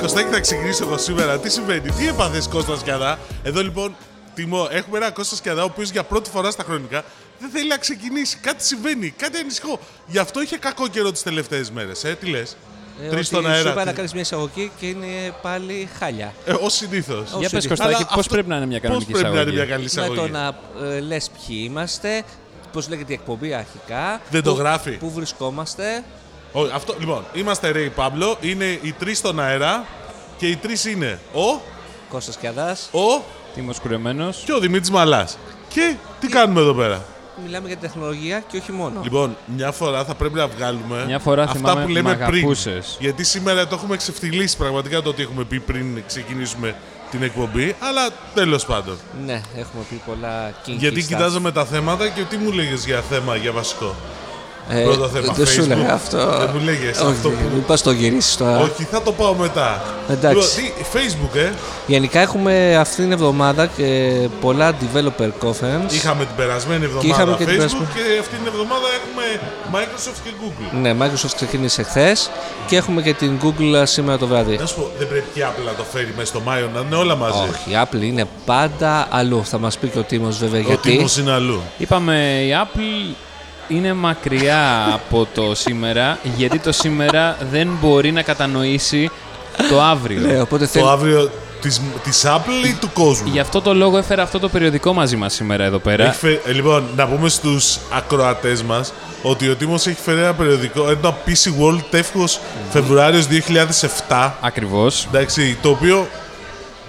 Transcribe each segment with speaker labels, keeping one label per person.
Speaker 1: Κωστάκι θα ξεκινήσω εγώ σήμερα. Τι συμβαίνει, τι έπαθε Κώστας Κιαδά. Εδώ λοιπόν, τιμό, έχουμε ένα Κώστας Κιαδά, ο οποίος για πρώτη φορά στα χρονικά δεν θέλει να ξεκινήσει. Κάτι συμβαίνει, κάτι ανησυχώ. Γι' αυτό είχε κακό καιρό τις τελευταίες μέρες. Ε, τι λες.
Speaker 2: Ε,
Speaker 1: Τρεις
Speaker 2: ότι
Speaker 1: στον
Speaker 2: Σου
Speaker 1: αέρα.
Speaker 2: είπα να
Speaker 1: τι-
Speaker 2: κάνεις μια εισαγωγή και είναι πάλι χάλια.
Speaker 1: Ε, Ως συνήθως.
Speaker 3: Για πες
Speaker 2: συνήθως.
Speaker 3: Κωστάκη,
Speaker 1: Αλλά
Speaker 3: πώς
Speaker 1: αυτό-
Speaker 3: πρέπει να είναι μια
Speaker 1: Πώς
Speaker 3: κανονική
Speaker 1: πρέπει να είναι μια
Speaker 3: εισαγωγή.
Speaker 1: καλή
Speaker 2: Με το
Speaker 1: εισαγωγή.
Speaker 2: να ε, λες ποιοι είμαστε, πώς λέγεται η εκπομπή αρχικά.
Speaker 1: Δεν το
Speaker 2: πού-
Speaker 1: γράφει.
Speaker 2: Πού βρισκόμαστε.
Speaker 1: Ω, αυτό, λοιπόν, είμαστε Ρέι Παύλο, είναι οι τρεις στον αέρα και οι τρεις είναι ο,
Speaker 2: Κώστας Κιαδάς.
Speaker 1: ο
Speaker 3: Τίμος Κουρεμένος.
Speaker 1: και ο Δημήτρης Μαλάς. Και τι κάνουμε εδώ πέρα.
Speaker 2: Μιλάμε για τεχνολογία και όχι μόνο.
Speaker 1: Λοιπόν, μια φορά θα πρέπει να βγάλουμε
Speaker 3: Μια φορά
Speaker 1: αυτά
Speaker 3: θυμάμαι
Speaker 1: που λέμε
Speaker 3: μ'
Speaker 1: πριν.
Speaker 3: αγαπούσες.
Speaker 1: Γιατί σήμερα το έχουμε ξεφτυλίσει πραγματικά το ότι έχουμε πει πριν ξεκινήσουμε την εκπομπή, αλλά τέλος πάντων.
Speaker 2: Ναι, έχουμε πει πολλά kinky
Speaker 1: Γιατί
Speaker 2: stuff.
Speaker 1: κοιτάζαμε τα θέματα και τι μου λέγες για θέμα, για βασικό.
Speaker 2: Ε,
Speaker 1: πρώτο θέμα
Speaker 2: Δεν σου
Speaker 1: Facebook.
Speaker 2: έλεγα αυτό.
Speaker 1: Δεν μου λέγες αυτό που-
Speaker 2: Μην πας το γυρίσει τώρα.
Speaker 1: Όχι, θα το πάω μετά.
Speaker 2: Εντάξει.
Speaker 1: Λοιπόν, τι, Facebook, ε.
Speaker 2: Γενικά έχουμε αυτήν την εβδομάδα και πολλά developer conference.
Speaker 1: Είχαμε την περασμένη εβδομάδα
Speaker 2: είχαμε και
Speaker 1: Facebook
Speaker 2: την περασμένη.
Speaker 1: και αυτή την εβδομάδα έχουμε Microsoft και Google.
Speaker 2: Ναι, Microsoft ξεκίνησε χθες και έχουμε και την Google σήμερα το βράδυ.
Speaker 1: Να σου πω, δεν πρέπει και Apple να το φέρει μέσα στο Μάιο, να είναι όλα μαζί.
Speaker 2: Όχι, η Apple είναι πάντα αλλού. Θα μας πει και ο Τίμος βέβαια
Speaker 1: Ο
Speaker 2: γιατί.
Speaker 1: τίμος είναι αλλού.
Speaker 3: Είπαμε η Apple είναι μακριά από το σήμερα, γιατί το σήμερα δεν μπορεί να κατανοήσει το
Speaker 2: Ναι,
Speaker 3: αύριο.
Speaker 2: οπότε
Speaker 1: Το
Speaker 2: θέλει.
Speaker 1: αύριο της, της Apple ή του κόσμου.
Speaker 3: Γι' αυτό το λόγο έφερα αυτό το περιοδικό μαζί μας σήμερα εδώ
Speaker 2: Ναι.
Speaker 3: πέρα.
Speaker 1: Έχει φε- ε, Λοιπόν, να πούμε στους ακροατές μας ότι ο Τίμος έχει φέρει ένα περιοδικό, ένα PC World τεύχος Φεβρουάριο 2007.
Speaker 3: Ακριβώς.
Speaker 1: Εντάξει, το οποίο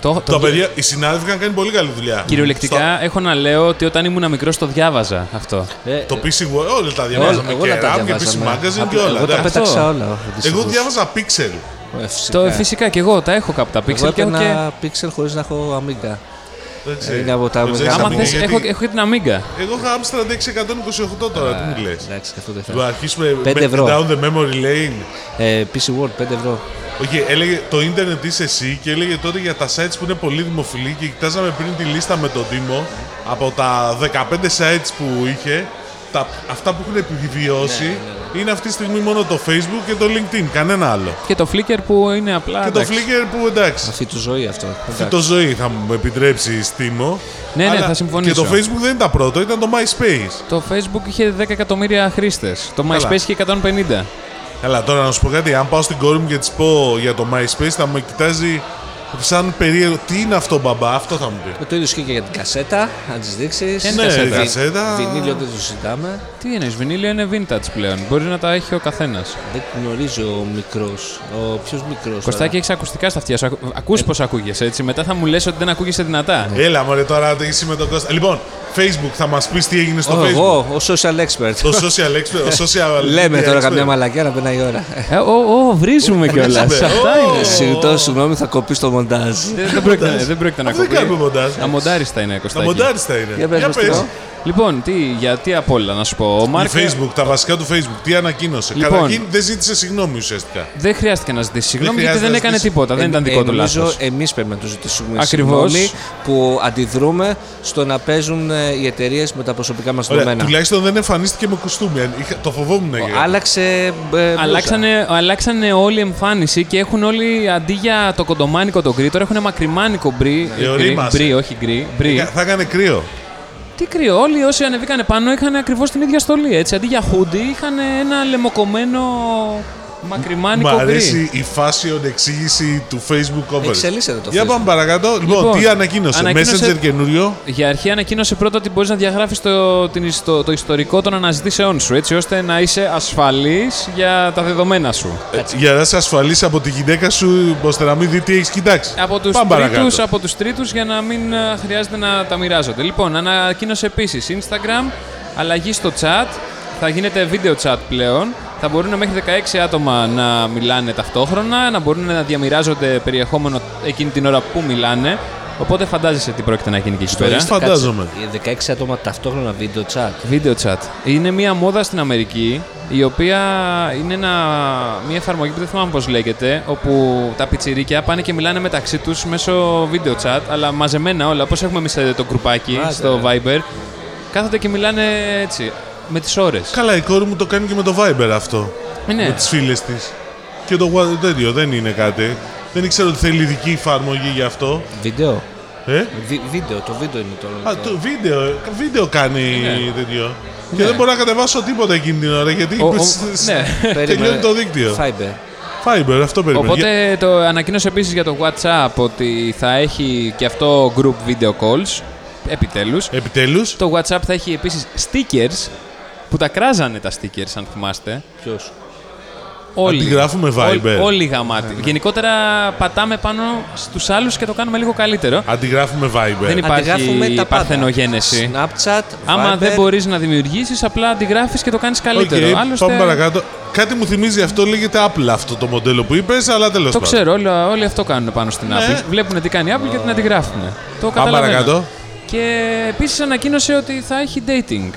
Speaker 3: Το, το-
Speaker 1: τα παιδιά, οι συνάδελφοι είχαν κάνει πολύ καλή δουλειά.
Speaker 3: Κυριολεκτικά έχω να λέω ότι όταν ήμουν μικρός το διάβαζα αυτό.
Speaker 2: Ε,
Speaker 1: Στο- το PC World, όλα τα διαβάζαμε.
Speaker 2: εγώ
Speaker 1: και
Speaker 2: όλα τα
Speaker 1: RAM και PC
Speaker 2: διαβάζαμε.
Speaker 1: Magazine
Speaker 2: Απλά-
Speaker 1: και όλα.
Speaker 2: Εγώ τα
Speaker 1: εντάξει.
Speaker 2: πέταξα όλα.
Speaker 1: Εγώ
Speaker 2: δυστυχώς.
Speaker 1: διάβαζα Pixel.
Speaker 2: Ε, φυσικά.
Speaker 3: Το φυσικά και εγώ τα έχω κάπου τα
Speaker 2: Εγώ
Speaker 3: πίξελ και έχω και.
Speaker 2: έπαιρνα Pixel χωρίς να έχω αμίγκα.
Speaker 1: Δεν ξέρω.
Speaker 2: Ε, Είναι από τα
Speaker 1: Δεν ξέρεις
Speaker 2: μεγάλα.
Speaker 3: Άμα
Speaker 1: αμυγή,
Speaker 3: θες,
Speaker 1: γιατί
Speaker 3: έχω, έχω και την Amiga.
Speaker 1: Εγώ είχα Amstrad 628 τώρα, τι μου λες.
Speaker 2: Εντάξει, αυτό δεν
Speaker 1: Θα
Speaker 2: θέλω.
Speaker 1: αρχίσουμε με
Speaker 2: Ε, ναι. Πέντε ευρώ.
Speaker 1: down the memory lane.
Speaker 2: Ε, PC World 5 ευρώ.
Speaker 1: Όχι, έλεγε το ίντερνετ είσαι εσύ και έλεγε τότε για τα sites που είναι πολύ δημοφιλή και κοιτάζαμε πριν τη λίστα με τον Τίμο από τα 15 sites που είχε, τα, αυτά που έχουν επιβιώσει
Speaker 3: Ναι,
Speaker 1: είναι αυτή τη στιγμή μόνο το Facebook και το LinkedIn, κανένα άλλο.
Speaker 3: Και το Flickr που είναι απλά.
Speaker 1: Και το
Speaker 3: εντάξει.
Speaker 1: Flickr που εντάξει,
Speaker 2: Αυτή του ζωή αυτό.
Speaker 1: το ζωή θα μου επιτρέψει Τίμο.
Speaker 3: Ναι, ναι,
Speaker 1: αλλά
Speaker 3: θα συμφωνήσω.
Speaker 1: Και το Facebook δεν ήταν πρώτο, ήταν το MySpace.
Speaker 3: Το Facebook είχε 10 εκατομμύρια χρήστες. Το
Speaker 1: Καλά.
Speaker 3: MySpace είχε 150.
Speaker 1: Καλά, τώρα να σου πω κάτι. Αν πάω στην κόρη μου και της πω για το MySpace, θα με κοιτάζει σαν περίεργο. Τι είναι αυτό, μπαμπά, αυτό θα μου πει.
Speaker 2: Με Ε, το ίδιο ισχύει και για την κασέτα, να τις δείξεις.
Speaker 3: Ναι,
Speaker 1: Ναι,
Speaker 3: κασέτα.
Speaker 1: κασέτα.
Speaker 2: Βινίλιο δεν το συζητάμε.
Speaker 3: Τι εννοεί, βινίλιο είναι vintage πλέον. Μπορεί να τα έχει ο καθένας.
Speaker 2: Δεν γνωρίζει ο μικρός. Ο πιο μικρό.
Speaker 3: Κωστάκι, έχεις ακουστικά στα αυτιά σου.
Speaker 1: Ε.
Speaker 3: Ακούς πώς ακούγεσαι έτσι. Μετά θα μου λες ότι δεν ακούγεσαι δυνατά.
Speaker 1: Έλα μωρέ τώρα είσαι με τον Κώστα. Λοιπόν, Facebook θα μας πεις τι έγινε στο Facebook.
Speaker 2: Εγώ, ο social expert.
Speaker 1: Το social expert. ο social
Speaker 2: Λέμε
Speaker 1: media
Speaker 2: τώρα
Speaker 1: expert.
Speaker 2: καμιά μαλακιά να περνάει η ώρα.
Speaker 3: Ε, ο, ο, βρίζουμε κιόλας.
Speaker 1: βρίζουμε.
Speaker 3: Αυτά
Speaker 1: Ω.
Speaker 3: είναι.
Speaker 2: Συγγνώμη, συγγνώμη, θα κοπεί το μοντάζ.
Speaker 3: Δεν- Δεν πρόκειται, δεν πρόκειται να
Speaker 1: Αυτό δεν κάνουμε
Speaker 3: ακούγεται.
Speaker 1: μοντάζ.
Speaker 3: Τα μοντάριστα είναι,
Speaker 1: Τα
Speaker 3: Κωστάκι.
Speaker 1: μοντάριστα είναι.
Speaker 2: Για πες μας τι λέω.
Speaker 3: Λοιπόν, τι, γιατί απ' όλα να σου πω. Ο
Speaker 1: Η
Speaker 3: Μάρκ
Speaker 1: Facebook, τα βασικά του Facebook, τι ανακοίνωσε.
Speaker 3: Λοιπόν.
Speaker 1: Καταρχήν δεν ζήτησε συγγνώμη ουσιαστικά.
Speaker 3: δεν χρειάστηκε να ζητήσει συγγνώμη γιατί
Speaker 1: χρειάζεται
Speaker 3: δεν
Speaker 1: να
Speaker 3: έκανε
Speaker 1: ζητήσει.
Speaker 3: τίποτα.
Speaker 2: Ε,
Speaker 3: Δεν ήταν δικό του λάθος.
Speaker 2: Εμείς πρέπει να τους ζητήσουμε
Speaker 3: Ακριβώς.
Speaker 2: συγγνώμη που αντιδρούμε στο να παίζουν ε, οι εταιρείες με τα προσωπικά μας
Speaker 1: Ωραία,
Speaker 2: δεδομένα.
Speaker 1: τουλάχιστον δεν εμφανίστηκε με κουστούμι. Αν είχα- Το φοβόμουν να γίνει.
Speaker 2: Άλλαξε. ε, μπλούζα.
Speaker 3: Αλλάξανε, αλλάξανε όλη η εμφάνιση και έχουν όλοι αντί για το κοντομάνικο τον γκρι, τώρα έχουν μακριμάνικο μπρι.
Speaker 1: Ε,
Speaker 3: γκρι,
Speaker 1: ορίμασε.
Speaker 3: μπρι, όχι γκρι. Μπρι.
Speaker 1: Θα έκανε κρύο.
Speaker 3: Τι κρύο, όλοι όσοι ανεβήκανε πάνω είχαν ακριβώς την ίδια στολή. Έτσι. Αντί για χούντι, είχαν ένα λεμοκομμένο
Speaker 1: Μ'
Speaker 3: μακριμάνικο γκρι.
Speaker 1: αρέσει η φάσιον εξήγηση του Facebook cover.
Speaker 2: Εξελίσσεται το
Speaker 1: Για
Speaker 2: Facebook.
Speaker 1: πάμε παρακάτω. Λοιπόν,
Speaker 3: Λοιπόν,
Speaker 1: τι ανακοίνωσε.
Speaker 3: ανακοίνωσε-
Speaker 1: Messenger καινούριο.
Speaker 3: Για αρχή ανακοίνωσε πρώτα ότι μπορείς να διαγράφεις το, την, ιστο- το, ιστορικό των αναζητήσεών σου, έτσι ώστε να είσαι ασφαλής για τα δεδομένα σου.
Speaker 1: Για να είσαι ασφαλής από τη γυναίκα σου, ώστε να μην δει τι έχεις κοιτάξει.
Speaker 3: από τους
Speaker 1: Πάμε
Speaker 3: τρίτους,
Speaker 1: παρακάτω.
Speaker 3: από τους τρίτους για να μην ε, χρειάζεται να τα μοιράζονται. Λοιπόν, ανακοίνωσε επίσης Instagram, αλλαγή στο chat, θα γίνεται video chat πλέον, θα μπορούν μέχρι 16 άτομα να μιλάνε ταυτόχρονα, να μπορούν να διαμοιράζονται περιεχόμενο εκείνη την ώρα που μιλάνε, οπότε φαντάζεσαι τι πρόκειται να γίνει και εκεί πέρα.
Speaker 1: Insta- Φαντάζομαι.
Speaker 2: Κάτσε, 16 άτομα ταυτόχρονα βίντεο chat.
Speaker 3: Video chat. Είναι μία μόδα στην Αμερική, η οποία είναι ένα, μία εφαρμογή που δεν θυμάμαι πώς λέγεται, όπου τα πιτσιρίκια πάνε και μιλάνε μεταξύ τους μέσω video chat, αλλά μαζεμένα όλα, όπως έχουμε εμείς ε, το κρουπάκι
Speaker 2: Άντε,
Speaker 3: στο Viber, κάθονται και μιλάνε έτσι, με τις ώρες.
Speaker 1: Καλά, η κόρη μου το κάνει και με το Viber αυτό.
Speaker 3: Ε, ναι.
Speaker 1: Με τις φίλες της. Και το γουα- τέτοιο δεν είναι κάτι. Δεν ήξερα ότι θέλει ειδική εφαρμογή γι' αυτό.
Speaker 2: Βίντεο.
Speaker 1: Ε?
Speaker 2: Βι- βίντεο, το βίντεο είναι το λόγο.
Speaker 1: Α, το βίντεο, βίντεο κάνει
Speaker 3: Ναι.
Speaker 1: τέτοιο. Και δεν μπορώ να κατεβάσω τίποτα εκείνη την ώρα γιατί
Speaker 3: Ο- ο-
Speaker 1: σ-
Speaker 3: ναι.
Speaker 1: σ- τελειώνει το δίκτυο.
Speaker 2: Fiber.
Speaker 1: Fiber, αυτό περιμένω.
Speaker 3: Οπότε το ανακοίνωσε επίσης για το WhatsApp ότι θα έχει και αυτό group video calls. Επιτέλους.
Speaker 1: Ε. Επιτέλους,
Speaker 3: Το WhatsApp θα έχει επίσης stickers που τα κράζανε τα stickers, αν θυμάστε.
Speaker 2: Ποιος.
Speaker 3: Όλοι.
Speaker 1: Αντιγράφουμε Viber.
Speaker 3: Όλοι, όλοι γαμάτι. Γενικότερα πατάμε πάνω στους άλλους και το κάνουμε λίγο καλύτερο.
Speaker 1: αντιγράφουμε
Speaker 3: Δεν
Speaker 1: Viber.
Speaker 3: υπάρχει παρθενογένεση.
Speaker 2: Snapchat,
Speaker 3: Άμα
Speaker 2: Viber,
Speaker 3: δεν μπορείς να δημιουργήσεις, απλά αντιγράφεις και το κάνεις
Speaker 1: Οκ,
Speaker 3: καλύτερο. Άλλωστε,
Speaker 1: πάμε παρακάτω. Κάτι μου θυμίζει αυτό, λέγεται Apple αυτό το μοντέλο που είπες, αλλά τέλος
Speaker 3: Το
Speaker 1: πάντων.
Speaker 3: ξέρω, όλοι, όλοι αυτό κάνουν πάνω στην Apple. Βλέπουν τι κάνει η Apple και την αντιγράφουν. Το
Speaker 1: Ναι. Πάμε
Speaker 3: καταλαβαίνω.
Speaker 1: παρακάτώ.
Speaker 3: Και επίσης ανακοίνωσε ότι θα έχει dating.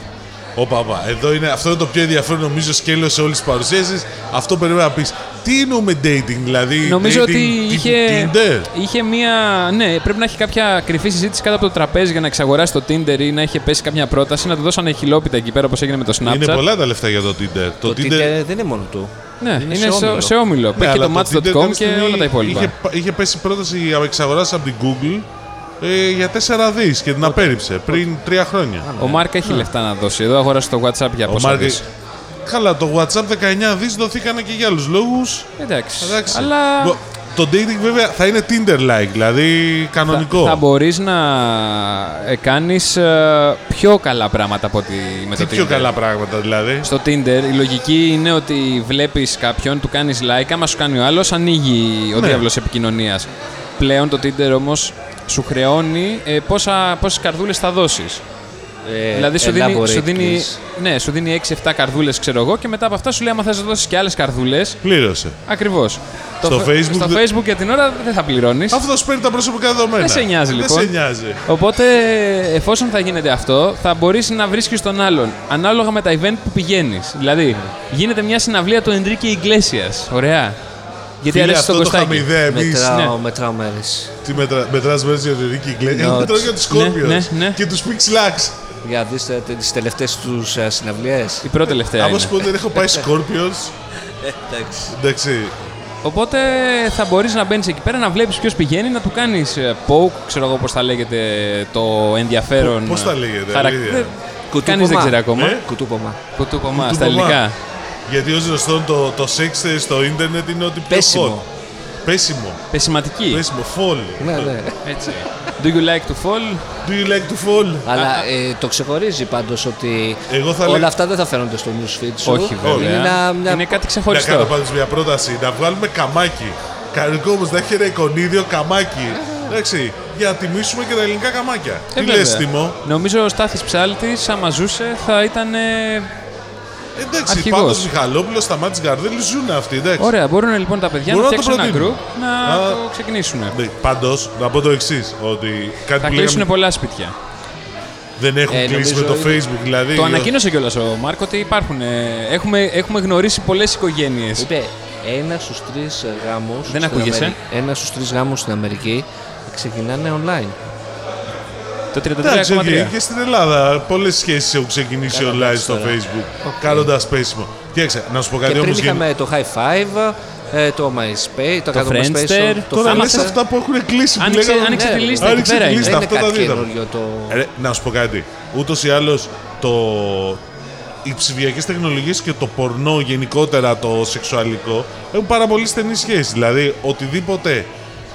Speaker 1: Όπα, όπα. Εδώ είναι, αυτό είναι το πιο ενδιαφέρον νομίζω σκέλο σε όλες τις παρουσίασει. Αυτό περίμενα να πεις. Τι εννοούμε dating, δηλαδή.
Speaker 3: Νομίζω
Speaker 1: dating
Speaker 3: ότι
Speaker 1: τύπου
Speaker 3: είχε,
Speaker 1: Tinder?
Speaker 3: είχε μία. Ναι, πρέπει να έχει κάποια κρυφή συζήτηση κάτω από το τραπέζι για να εξαγοράσει το Tinder ή να είχε πέσει κάποια πρόταση να του δώσανε χιλόπιτα εκεί πέρα όπως έγινε με το Snapchat.
Speaker 1: Είναι πολλά τα λεφτά για το Tinder.
Speaker 2: Το Tinder ε, δεν είναι μόνο του.
Speaker 3: Ναι, είναι,
Speaker 2: σε
Speaker 3: σε,
Speaker 2: όμιλο.
Speaker 3: σε όμιλο.
Speaker 1: Ναι,
Speaker 3: Πέχει
Speaker 1: αλλά
Speaker 3: το
Speaker 1: Tinder
Speaker 3: match.com
Speaker 1: κάποια
Speaker 3: και
Speaker 1: στιγμή
Speaker 3: όλα τα υπόλοιπα.
Speaker 1: Είχε, είχε πέσει πρόταση εξαγοράς από την Google ε, για 4 δις και την απέρριψε πριν 3 χρόνια.
Speaker 3: Ο Μάρκα έχει λεφτά να δώσει. Εδώ αγόρασε το WhatsApp για
Speaker 1: Ο
Speaker 3: πόσα
Speaker 1: Μάρκε-
Speaker 3: δεις.
Speaker 1: Καλά, το WhatsApp 19 δις δοθήκανε και για άλλους λόγους.
Speaker 3: Εντάξει.
Speaker 1: Εντάξει.
Speaker 3: Αλλά
Speaker 1: Μπο- Το dating βέβαια θα είναι Tinder-like, δηλαδή κανονικό.
Speaker 3: θα μπορείς να ε, κάνεις ε, πιο καλά πράγματα από ότι με
Speaker 1: Τι
Speaker 3: το
Speaker 1: πιο
Speaker 3: Tinder.
Speaker 1: καλά πράγματα δηλαδή.
Speaker 3: Στο Tinder η λογική είναι ότι βλέπεις κάποιον, του κάνεις like, άμα σου κάνει ο άλλος ανοίγει ο
Speaker 1: Ναι.
Speaker 3: διάβλος επικοινωνίας. Πλέον το Tinder όμως σου χρεώνει ε, πόσα, πόσες καρδούλες θα δώσεις.
Speaker 2: Ε,
Speaker 3: δηλαδή σου δίνει,
Speaker 2: elaborate,
Speaker 3: σου δίνει,
Speaker 2: please.
Speaker 3: ναι, σου δίνει 6-7 καρδούλες ξέρω εγώ και μετά από αυτά σου λέει άμα θες να δώσεις και άλλες καρδούλες
Speaker 1: Πλήρωσε.
Speaker 3: Ακριβώς.
Speaker 1: Στο
Speaker 3: Το-
Speaker 1: Facebook
Speaker 3: στο
Speaker 1: δε-
Speaker 3: Facebook για την ώρα δεν θα πληρώνεις.
Speaker 1: Αυτό σου παίρνει τα προσωπικά δεδομένα.
Speaker 3: Δεν σε νοιάζει, λοιπόν.
Speaker 1: Δεν σε νοιάζει.
Speaker 3: Οπότε, εφόσον θα γίνεται αυτό, θα μπορείς να βρίσκεις τον άλλον ανάλογα με τα event που πηγαίνεις. Δηλαδή, γίνεται μια συναυλία του Enrique Iglesias. Ωραία. Γιατί
Speaker 1: Φίλε,
Speaker 3: αρέσει
Speaker 1: αυτό
Speaker 3: στον
Speaker 1: το είχαμε
Speaker 3: Κωστάκη.
Speaker 1: ιδέα εμεί.
Speaker 2: Μετράω,
Speaker 3: Ναι.
Speaker 2: μετράω μέρε.
Speaker 1: Τι μετρά, μετράς μέσα για την Ρίκη Γκλέν.
Speaker 2: Ναι,
Speaker 1: Εγώ μετράω για τους Scorpions
Speaker 3: ναι, ναι.
Speaker 1: και τους Pink Slacks.
Speaker 2: Για ε, δείτε τις τελευταίες τους συναυλίες.
Speaker 3: Η πρώτη τελευταία
Speaker 1: Άμα
Speaker 3: είναι.
Speaker 1: σου πω δεν έχω πάει Scorpions,
Speaker 2: Εντάξει.
Speaker 1: Ε, εντάξει.
Speaker 3: Οπότε θα μπορείς να μπαίνεις εκεί πέρα, να βλέπεις ποιος πηγαίνει, να του κάνεις ε, poke, ξέρω εγώ πώς θα λέγεται το ενδιαφέρον.
Speaker 1: Πώς τα λέγεται,
Speaker 3: χαρακ-
Speaker 1: αλήθεια.
Speaker 3: Δεν-
Speaker 2: Κουτούπομα.
Speaker 3: Κανείς δεν ξέρει ακόμα.
Speaker 1: Ε?
Speaker 2: Κουτούπομα.
Speaker 3: Κουτούπομα στα
Speaker 1: Κουτούπομα.
Speaker 3: ελληνικά.
Speaker 1: Γιατί ως γνωστόν το, το sex στο ίντερνετ είναι ότι πιο
Speaker 2: Πέσιμο.
Speaker 1: hot. Πέσιμο.
Speaker 3: Πεσηματική.
Speaker 1: Πέσιμο. Fall.
Speaker 2: Ναι, ναι.
Speaker 3: Έτσι. Do you like to fall?
Speaker 1: Do you like to fall?
Speaker 2: Αλλά ε, το ξεχωρίζει πάντως ότι
Speaker 1: Εγώ θα
Speaker 2: όλα
Speaker 1: λέγα-
Speaker 2: αυτά δεν θα φαίνονται στο newsfeed σου.
Speaker 3: Όχι βέβαια.
Speaker 2: Είναι, ένα, μια...
Speaker 3: Είναι κάτι
Speaker 1: Να κάνω
Speaker 3: ξεχωριστό. Ε,
Speaker 1: πάντως μια πρόταση. Να βγάλουμε καμάκι. Κανονικό όμως να έχει ένα εικονίδιο καμάκι. Εντάξει. Για να τιμήσουμε και τα ελληνικά καμάκια.
Speaker 3: Ε,
Speaker 1: Τι
Speaker 3: βέβαια.
Speaker 1: λες, Τιμώ.
Speaker 3: Νομίζω ο Στάθης Ψάλτης, άμα ζούσε, θα ήταν... ε,
Speaker 1: Εντάξει,
Speaker 3: Αρχηγός.
Speaker 1: πάντως Μιχαλόπουλος, Σταμάτης Γκαρδέλης ζουν αυτοί, εντάξει.
Speaker 3: Ωραία, μπορούν λοιπόν τα παιδιά
Speaker 1: Μπορούν
Speaker 3: να
Speaker 1: να το
Speaker 3: φτιάξουν ένα group
Speaker 1: προτείνουν.
Speaker 3: να
Speaker 1: Α.
Speaker 3: το ξεκινήσουν.
Speaker 1: Πάντω, Ναι, να πω το εξής: Ότι κάτι
Speaker 3: Θα
Speaker 1: που
Speaker 3: κλείσουν
Speaker 1: λέγαμε,
Speaker 3: πολλά σπίτια.
Speaker 1: δεν έχουν
Speaker 2: Ε,
Speaker 1: κλείσει με
Speaker 2: νομίζω
Speaker 1: το
Speaker 2: είναι-
Speaker 1: Facebook. Δηλαδή,
Speaker 3: Το ανακοίνωσε κιόλας ο Μάρκο ότι υπάρχουν. ε, Έχουμε, έχουμε γνωρίσει πολλές οικογένειες.
Speaker 2: Είπε ένα στους τρεις γάμους.
Speaker 3: ακούγεσαι.
Speaker 2: Ένα στους τρεις γάμους στην Αμερική ξεκινάνε online.
Speaker 3: Το
Speaker 1: ε, Εντάξει, οκ,
Speaker 3: 33,3.
Speaker 1: και στην Ελλάδα πολλές σχέσεις έχουν ξεκινήσει online στο
Speaker 2: τώρα.
Speaker 1: Facebook. Κάνοντα πέσιμο. Κοίταξε, να σου πω κάτι
Speaker 2: και
Speaker 1: όμω.
Speaker 2: πριν είχαμε το high five, ε, το MySpace, το,
Speaker 3: Το
Speaker 2: κάτω MySpace,
Speaker 3: Friendster.
Speaker 1: Τώρα
Speaker 2: Friendster.
Speaker 1: λε αυτά που έχουν κλείσει. που
Speaker 3: Άνοιξε-
Speaker 1: λέγαμε-
Speaker 3: άνοιξε
Speaker 2: Ναι,
Speaker 3: τη
Speaker 2: ρε,
Speaker 3: λίστα
Speaker 1: παιδιά.
Speaker 3: εκεί πέρα.
Speaker 1: Άνοιξε τη λίστα.
Speaker 3: είναι.
Speaker 2: Δεν είναι
Speaker 1: αυτά τα
Speaker 2: κάτι
Speaker 1: δίδαμε.
Speaker 2: καινούριο το.
Speaker 1: Ε, Ρε, να σου πω κάτι. Ούτως ή άλλως το... οι ψηφιακές τεχνολογίες και το πορνό γενικότερα το σεξουαλικό έχουν πάρα πολύ στενή σχέση. Δηλαδή, οτιδήποτε,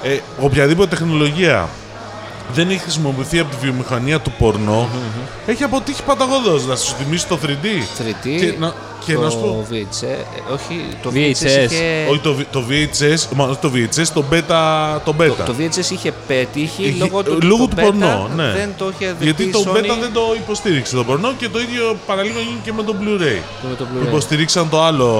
Speaker 1: ε, οποιαδήποτε τεχνολογία δεν έχει χρησιμοποιηθεί από τη βιομηχανία του πορνο
Speaker 2: Mm-hmm.
Speaker 1: έχει αποτύχει παταγωδός. Να σου θυμίσει το 3D.
Speaker 2: 3D,
Speaker 1: Και να, και
Speaker 2: το
Speaker 1: να σου πω.
Speaker 2: VHS, ε, όχι, το VHS,
Speaker 3: VHS.
Speaker 2: είχε,
Speaker 1: Όχι, το, V- το VHS, μάλλον το VHS, το beta. Το beta.
Speaker 2: το VHS είχε πετύχει
Speaker 1: Είχε-
Speaker 2: λόγω του,
Speaker 1: λόγω
Speaker 2: το
Speaker 1: του
Speaker 2: beta
Speaker 1: πορνό, ναι.
Speaker 2: δεν το είχε δεχτεί
Speaker 1: Γιατί
Speaker 2: η
Speaker 1: το
Speaker 2: Sony
Speaker 1: beta δεν το υποστήριξε το πορνό και το ίδιο παραλίγο έγινε και με το Blu-ray.
Speaker 2: με το
Speaker 1: Που
Speaker 2: Blu-ray.
Speaker 1: υποστηρίξαν το άλλο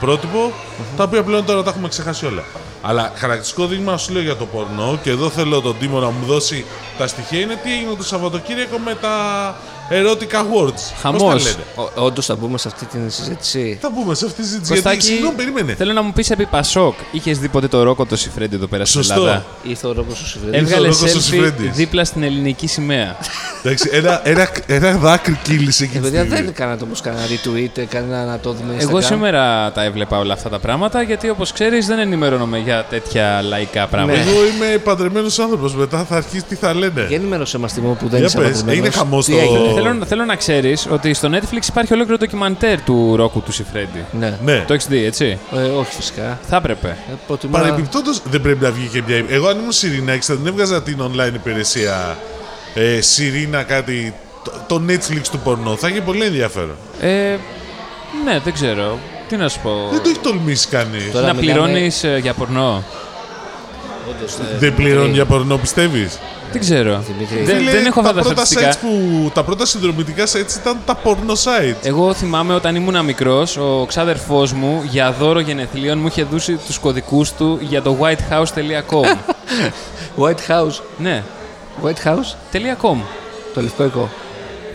Speaker 1: πρότυπο, τα οποία πλέον τώρα τα έχουμε ξεχάσει όλα. Αλλά χαρακτηριστικό δείγμα σου λέω για το πορνό και εδώ θέλω τον Τίμο να μου δώσει τα στοιχεία είναι τι έγινε το Σαββατοκύριακο με τα Erotica words.
Speaker 3: Χαμό.
Speaker 1: Πώς τα λένε.
Speaker 2: Όντως θα μπούμε σε αυτή την συζήτηση.
Speaker 1: Θα πούμε σε αυτή τη συζήτηση. Γιατί,
Speaker 3: Κωστάκη,
Speaker 1: συγγνώμη, περίμενε.
Speaker 3: θέλω να μου πεις επί Πασόκ. Είχες δει ποτέ το ρόκο το Σιφρέντι εδώ πέρα στην
Speaker 1: Σωστό.
Speaker 3: Ελλάδα.
Speaker 2: Ήρθε ο Ρόκος ο Σιβρίδη.
Speaker 3: Έβγαλε
Speaker 1: ρόκος του
Speaker 3: selfie
Speaker 1: Σιφρέντι.
Speaker 3: δίπλα στην ελληνική σημαία.
Speaker 1: Εντάξει, ένα, ένα, ένα δάκρυ κύλησε εκεί.
Speaker 2: Ε,
Speaker 1: τη
Speaker 2: παιδιά,
Speaker 1: στιγμή.
Speaker 2: δεν έκανα το όμως κανένα retweet, κανένα να το δούμε.
Speaker 3: Εγώ σήμερα τα έβλεπα όλα αυτά τα πράγματα γιατί όπως ξέρεις δεν ενημερώνομαι για τέτοια λαϊκά πράγματα.
Speaker 2: Ναι.
Speaker 1: Εγώ είμαι παντρεμένος άνθρωπος. Μετά θα αρχίσει τι θα λένε.
Speaker 2: Για ενημέρωσε μας τιμό που δεν
Speaker 1: Για
Speaker 2: είσαι
Speaker 1: πες,
Speaker 2: παντρεμένος.
Speaker 1: έγινε χαμός
Speaker 2: Τι
Speaker 1: το-
Speaker 2: έγινε?
Speaker 3: Ε, Θέλω, θέλω να ξέρεις ότι στο Netflix υπάρχει ολόκληρο ντοκιμαντέρ του ρόκου του Σιφρέντι.
Speaker 2: Ναι.
Speaker 1: Ναι.
Speaker 3: Το έχεις δει, έτσι.
Speaker 2: Ε, όχι φυσικά.
Speaker 3: Θα έπρεπε.
Speaker 2: Ε,
Speaker 3: Ναι.
Speaker 2: προτιμώ να-
Speaker 1: Παρεμπιπτόντως δεν πρέπει να βγει και μια. Εγώ αν ήμουν Σιρήνα, θα την έβγαζα την online υπηρεσία ε, Σιρήνα κάτι. Το, το Netflix του πορνό. Θα είχε πολύ ενδιαφέρον.
Speaker 3: Ε, ναι, δεν ξέρω. Τι να σου πω.
Speaker 1: Δεν το έχει τολμήσει κανείς.
Speaker 2: Τώρα-
Speaker 3: Να
Speaker 2: μιλάμε-
Speaker 3: πληρώνεις για πορνό.
Speaker 2: Όντως, ε,
Speaker 1: Δεν πληρώνει για πορνό, πιστεύεις.
Speaker 3: Δεν ξέρω.
Speaker 2: Δημήτρη.
Speaker 3: Δεν, δεν έχω αυτά
Speaker 1: τα
Speaker 3: τα
Speaker 1: πρώτα
Speaker 3: στατιστικά.
Speaker 1: sites που. Τα πρώτα συνδρομητικά sites ήταν τα πορνό sites.
Speaker 3: Εγώ θυμάμαι όταν ήμουν μικρός, ο ξάδερφό μου για δώρο γενεθλίων μου είχε δώσει τους κωδικούς του για το whitehouse.com.
Speaker 2: White House.
Speaker 3: ναι,
Speaker 2: White House.
Speaker 3: .com.
Speaker 2: Το λευκό οικό.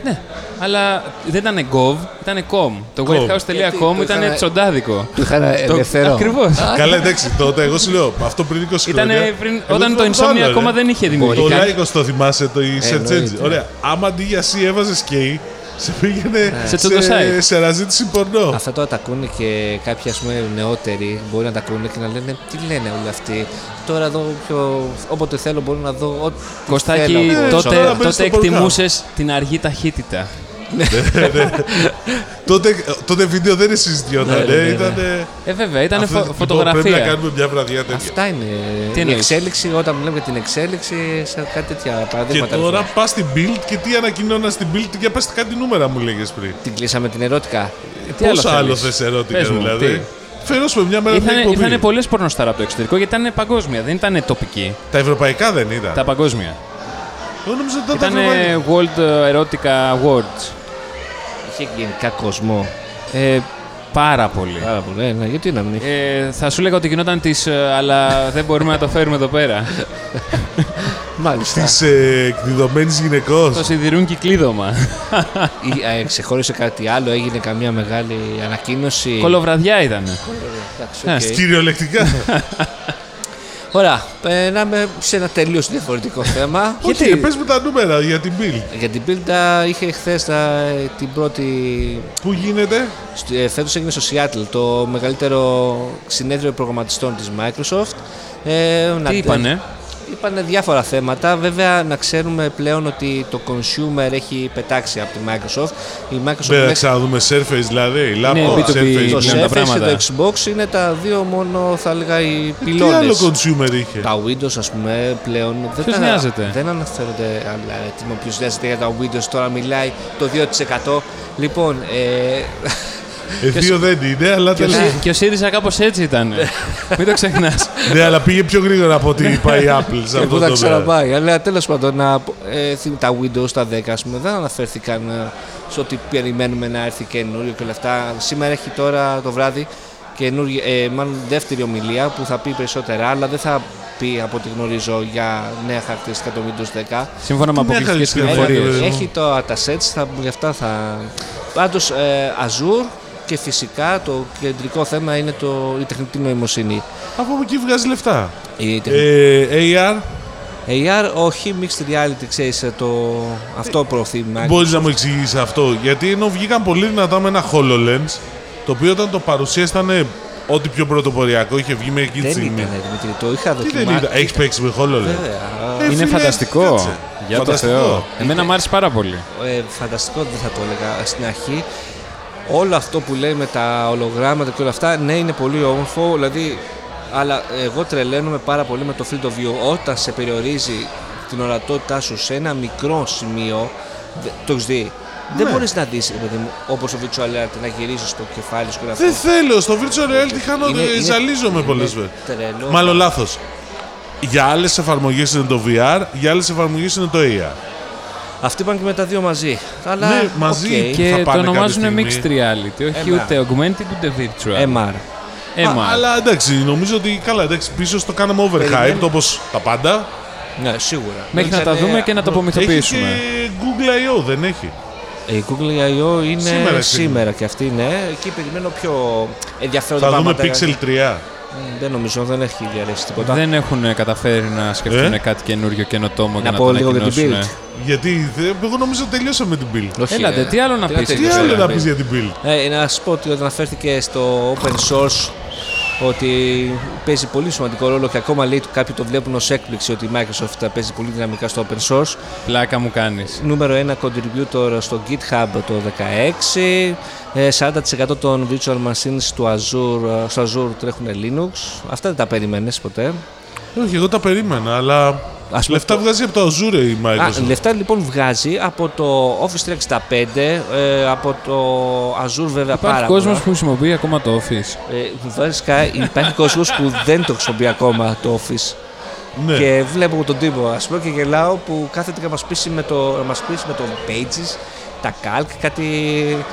Speaker 3: Ναι, αλλά δεν ήταν gov, ήταν com. Το
Speaker 2: Γιατί
Speaker 3: whitehouse.com
Speaker 2: το
Speaker 3: ήταν
Speaker 2: είχαν-
Speaker 3: τσοντάδικο.
Speaker 2: Του είχα ένα ελευθερό.
Speaker 3: Ακριβώς.
Speaker 1: Καλά, εντάξει, τότε εγώ σου λέω αυτό πριν 20
Speaker 3: Ήταν
Speaker 1: χρόνια. εγώ
Speaker 3: όταν το
Speaker 1: θυμάμαι
Speaker 3: Insomnia
Speaker 1: άλλο,
Speaker 3: ακόμα
Speaker 1: ρε.
Speaker 3: δεν είχε
Speaker 1: Το
Speaker 3: δημιουργηθεί.
Speaker 1: Λάικος το θυμάσαι, το η search
Speaker 2: εννοείται.
Speaker 1: engine. Ωραία. Άμα αντί για C έβαζες K, σε πήγαινε
Speaker 3: Σε το site.
Speaker 1: σε, σε αναζήτηση πορνό.
Speaker 2: Αυτά τώρα τα ακούνε και κάποιοι ας πούμε νεότεροι μπορεί να τα ακούνε και να λένε τι λένε όλοι αυτοί. Τώρα εδώ πιο... όποτε θέλω μπορώ να δω ό,τι
Speaker 3: Κωστάκι,
Speaker 2: θέλω.
Speaker 1: Ναι, τώρα
Speaker 3: τότε,
Speaker 1: μπαίνεις
Speaker 3: τότε
Speaker 1: στο podcast.
Speaker 3: εκτιμούσες την αργή ταχύτητα.
Speaker 1: Ε, ναι. τότε, τότε βίντεο δεν συζητιόταν.
Speaker 2: Ναι, ναι, ναι, ναι.
Speaker 1: Ήταν.
Speaker 3: Ε, βέβαια, ήταν
Speaker 1: Πρέπει να
Speaker 3: φωτογραφία.
Speaker 1: κάνουμε μια βραδιά τέτοια.
Speaker 2: Αυτά είναι η
Speaker 3: εννοείς?
Speaker 2: εξέλιξη, όταν μιλάμε για την εξέλιξη σε κάτι τέτοια
Speaker 1: Και
Speaker 2: παραδείγματα.
Speaker 1: τώρα
Speaker 2: λοιπόν.
Speaker 1: πας στην build και τι ανακοινώνα στην build για πα κάτι νούμερα μου λέγες πριν.
Speaker 2: Την κλείσαμε την ερώτηκα.
Speaker 3: Τι
Speaker 1: Πόσο άλλο
Speaker 3: θέλεις?
Speaker 1: θες ερώτηκα
Speaker 3: Πες μου, τι.
Speaker 1: δηλαδή. Φέρνουμε μια μέρα μια
Speaker 3: Ήρθανε, ήρθανε
Speaker 1: εκπομπή.
Speaker 3: πολλές πορνοστάρα από το εξωτερικό γιατί ήταν παγκόσμια, δεν ήταν τοπική.
Speaker 1: Τα ευρωπαϊκά δεν ήταν.
Speaker 3: Τα παγκόσμια.
Speaker 1: Εγώ νόμιζα ότι ήταν τα
Speaker 3: Ήταν
Speaker 1: ευρωπαϊκά.
Speaker 3: World Erotica Awards.
Speaker 2: Είχε γενικά κοσμό.
Speaker 3: Ε, πάρα πολύ.
Speaker 2: Πάρα πολύ. Ναι, γιατί να μην.
Speaker 3: Ε, θα σου λέγα ότι γινόταν της, αλλά δεν μπορούμε να το φέρουμε εδώ πέρα.
Speaker 2: Μάλιστα.
Speaker 1: Της εκδιδομένη γυναικός.
Speaker 3: το σιδηρούν κυκλίδωμα.
Speaker 2: Ή, ε, ξεχώρισε κάτι άλλο, έγινε καμία μεγάλη ανακοίνωση.
Speaker 3: Κολοβραδιά ήταν.
Speaker 2: Εντάξει,
Speaker 3: Ε,
Speaker 2: οκ.
Speaker 1: Κυριολεκτικά.
Speaker 2: Ωραία, περνάμε σε ένα τελείως διαφορετικό θέμα.
Speaker 1: Όχι,
Speaker 3: Γιατί?
Speaker 1: πες μου τα νούμερα για την build.
Speaker 2: Για την Πίλτα είχε χθες την πρώτη.
Speaker 1: Πού γίνεται.
Speaker 2: Φέτος έγινε στο Seattle το μεγαλύτερο συνέδριο προγραμματιστών της Microsoft. Ε, να-
Speaker 3: Τι είπανε.
Speaker 2: Είπανε διάφορα θέματα. Βέβαια, να ξέρουμε πλέον ότι το consumer έχει πετάξει από τη Microsoft. Η Microsoft
Speaker 1: Πρέπει να
Speaker 2: μέχρι-
Speaker 1: ξαναδούμε surface δηλαδή. Λάπτοπ,
Speaker 3: Ναι, B2B. ναι.
Speaker 1: surface.
Speaker 2: το
Speaker 3: πλέον τα
Speaker 2: Surface και
Speaker 3: πράγματα.
Speaker 2: το Xbox είναι τα δύο μόνο, θα έλεγα, οι
Speaker 1: Τι άλλο
Speaker 2: πυλώνες.
Speaker 1: consumer είχε.
Speaker 2: Τα Windows, ας πούμε, πλέον δεν,
Speaker 3: Ποιος
Speaker 2: τα-
Speaker 3: νοιάζεται?
Speaker 2: δεν αναφέρονται. Αλλά ε, τι μου ποιος νοιάζεται για τα Windows, τώρα μιλάει το 2%. Λοιπόν, ε,
Speaker 1: Ε, δύο δεν είναι, αλλά
Speaker 3: Και ο,
Speaker 1: τέλος.
Speaker 3: Σύ- και ο ΣΥΡΙΖΑ κάπως έτσι ήταν. Μην το ξεχνάς.
Speaker 1: Ναι, αλλά πήγε πιο γρήγορα από ό,τι είπα η Apple. σε
Speaker 2: Ναι. και
Speaker 1: αυτό
Speaker 2: πού θα
Speaker 1: το πράγμα.
Speaker 2: ξαναπάει. Αλλά τέλος πάντων, να- ε, θυ- τα Windows, τα 10, ας πούμε, δεν αναφέρθηκαν ε, σε ότι περιμένουμε να έρθει καινούριο και όλα αυτά. Σήμερα έχει τώρα το βράδυ καινούργια, ε, μάλλον δεύτερη ομιλία που θα πει περισσότερα, αλλά δεν θα πει από ό,τι γνωρίζω για νέα χαρακτηριστικά το Windows 10.
Speaker 3: Σύμφωνα με
Speaker 1: Τι μια χαρακτηριστική
Speaker 3: αποκλειστικέ
Speaker 1: εμφορία.
Speaker 3: πληροφορίε.
Speaker 1: μου.
Speaker 2: Έχει, έχει το τα sets, θα, γι' αυτά θα... Πάντως, ε, Azure και φυσικά το κεντρικό θέμα είναι το, η τεχνητή νοημοσύνη.
Speaker 1: Από εκεί βγάζει λεφτά.
Speaker 2: Η τεχνη-
Speaker 1: Ε, AR,
Speaker 2: AR, όχι mixed reality, ξέρεις, ε, το, αυτό προωθεί η Microsoft.
Speaker 1: μπορείς να μου εξηγήσεις αυτό. Γιατί ενώ βγήκαν πολύ δυνατά με ένα HoloLens, το οποίο όταν το παρουσίασε ήταν ό,τι πιο πρωτοποριακό είχε βγει με εκείνη τη
Speaker 2: Δεν ήταν,
Speaker 1: στιγμή.
Speaker 2: Δημήτρη, το είχα
Speaker 1: Τι δεν ήταν,
Speaker 2: δοκιμάσει.
Speaker 1: έχεις παίξει με HoloLens.
Speaker 2: Βέβαια,
Speaker 1: Ε,
Speaker 3: Είναι
Speaker 1: φίλε,
Speaker 3: φανταστικό.
Speaker 1: κάτσε.
Speaker 3: Για το
Speaker 1: Φανταστικό.
Speaker 3: Θεό. Εμένα μου άρεσε πάρα πολύ.
Speaker 2: ε, φανταστικό δεν θα το έλεγα στην αρχή. Όλο αυτό που λέει με τα ολογράμματα και όλα αυτά, ναι, είναι πολύ όμορφο, δηλαδή, αλλά εγώ τρελαίνομαι πάρα πολύ με το field of view. Όταν σε περιορίζει την ορατότητά σου σε ένα μικρό σημείο, δε- το έχεις δει. Δεν
Speaker 1: Ναι.
Speaker 2: μπορείς να δεις όπω το virtual reality να γυρίσει το κεφάλι σου και όλα αυτά.
Speaker 1: Δεν θέλω. Στο virtual reality χάνω, ε,
Speaker 2: Είναι- είναι-
Speaker 1: ζαλίζομαι
Speaker 2: είναι
Speaker 1: πολλές φορές.
Speaker 2: τρελό.
Speaker 1: Μάλλον λάθος. Για άλλες εφαρμογές είναι το VR, για άλλες εφαρμογές είναι το AR.
Speaker 2: Αυτοί πάνε και με τα δύο μαζί. Αλλά,
Speaker 1: Ναι, μαζί
Speaker 2: οκ.
Speaker 1: θα
Speaker 3: Και το
Speaker 1: πάνε
Speaker 3: ονομάζουν
Speaker 1: κάποια
Speaker 3: mixed
Speaker 1: στιγμή.
Speaker 3: reality. Όχι
Speaker 2: MR.
Speaker 3: ούτε augmented ούτε virtual. Ε,
Speaker 2: MR. Ε,
Speaker 1: Α,
Speaker 3: MR.
Speaker 1: αλλά εντάξει, νομίζω ότι καλά, εντάξει, πίσω στο κάναμε overhyped
Speaker 2: Περιμένουμε.
Speaker 1: όπως τα πάντα.
Speaker 2: Ναι, σίγουρα. Ναι.
Speaker 3: Μέχρι να τα
Speaker 2: Ήτανε- ε,
Speaker 3: δούμε και να το
Speaker 1: Έχει
Speaker 3: απομυθοποιήσουμε.
Speaker 1: και Google I.O. δεν έχει.
Speaker 2: Ε, Η Google I.O. είναι
Speaker 1: Σήμερα
Speaker 2: σήμερα,
Speaker 1: είναι.
Speaker 2: και αυτή είναι. Εκεί περιμένω πιο ενδιαφέροντα
Speaker 1: Θα δούμε
Speaker 2: πράγματα.
Speaker 1: Pixel 3.
Speaker 2: Μ, Δεν νομίζω, δεν έχει διαρρεύσει τίποτα.
Speaker 3: Δεν έχουν καταφέρει να σκεφτούν
Speaker 1: Ε?
Speaker 3: κάτι καινούριο καινοτόμο και
Speaker 2: Να
Speaker 3: να
Speaker 2: πω
Speaker 3: το
Speaker 2: λίγο για την
Speaker 3: ανακοινώσουν.
Speaker 2: Build.
Speaker 1: Γιατί δε- εγώ νομίζω τελειώσαμε την build.
Speaker 2: Όχι,
Speaker 3: Έλατε,
Speaker 2: ε,
Speaker 3: τι άλλο να πεις,
Speaker 1: Τι
Speaker 2: τελείωσε
Speaker 1: άλλο
Speaker 2: η
Speaker 1: να
Speaker 2: Build.
Speaker 1: πεις για την build.
Speaker 2: Ε, να σας πω ότι αναφέρθηκε στο open source ότι παίζει πολύ σημαντικό ρόλο και ακόμα λέει κάποιοι το βλέπουν ως έκπληξη ότι η Microsoft τα παίζει πολύ δυναμικά στο open source.
Speaker 3: Πλάκα μου κάνεις.
Speaker 2: Νούμερο 1 contributor στο GitHub το 16. ε, 40% των virtual machines του Azure, ε, στο Azure τρέχουν Linux. Αυτά δεν τα περιμένες ποτέ.
Speaker 1: Όχι, εγώ τα περίμενα, αλλά.
Speaker 2: Ας πούμε
Speaker 1: Λεφτά βγάζει από το Azure η
Speaker 2: Α,
Speaker 1: Microsoft.
Speaker 2: λεφτά λοιπόν βγάζει από το Office 365, ε, από το Azure βέβαια
Speaker 3: Υπάρχει
Speaker 2: πάρα
Speaker 3: κόσμος
Speaker 2: πολλά.
Speaker 3: που χρησιμοποιεί ακόμα το Office.
Speaker 2: Ε, βασικά υπάρχει κόσμος που δεν το χρησιμοποιεί ακόμα το Office.
Speaker 1: Ναι.
Speaker 2: Και βλέπω τον τύπο, ας πούμε, και γελάω που κάθεται και μας πείσει με το, να μας πείσει με το Pages, τα Calc, κάτι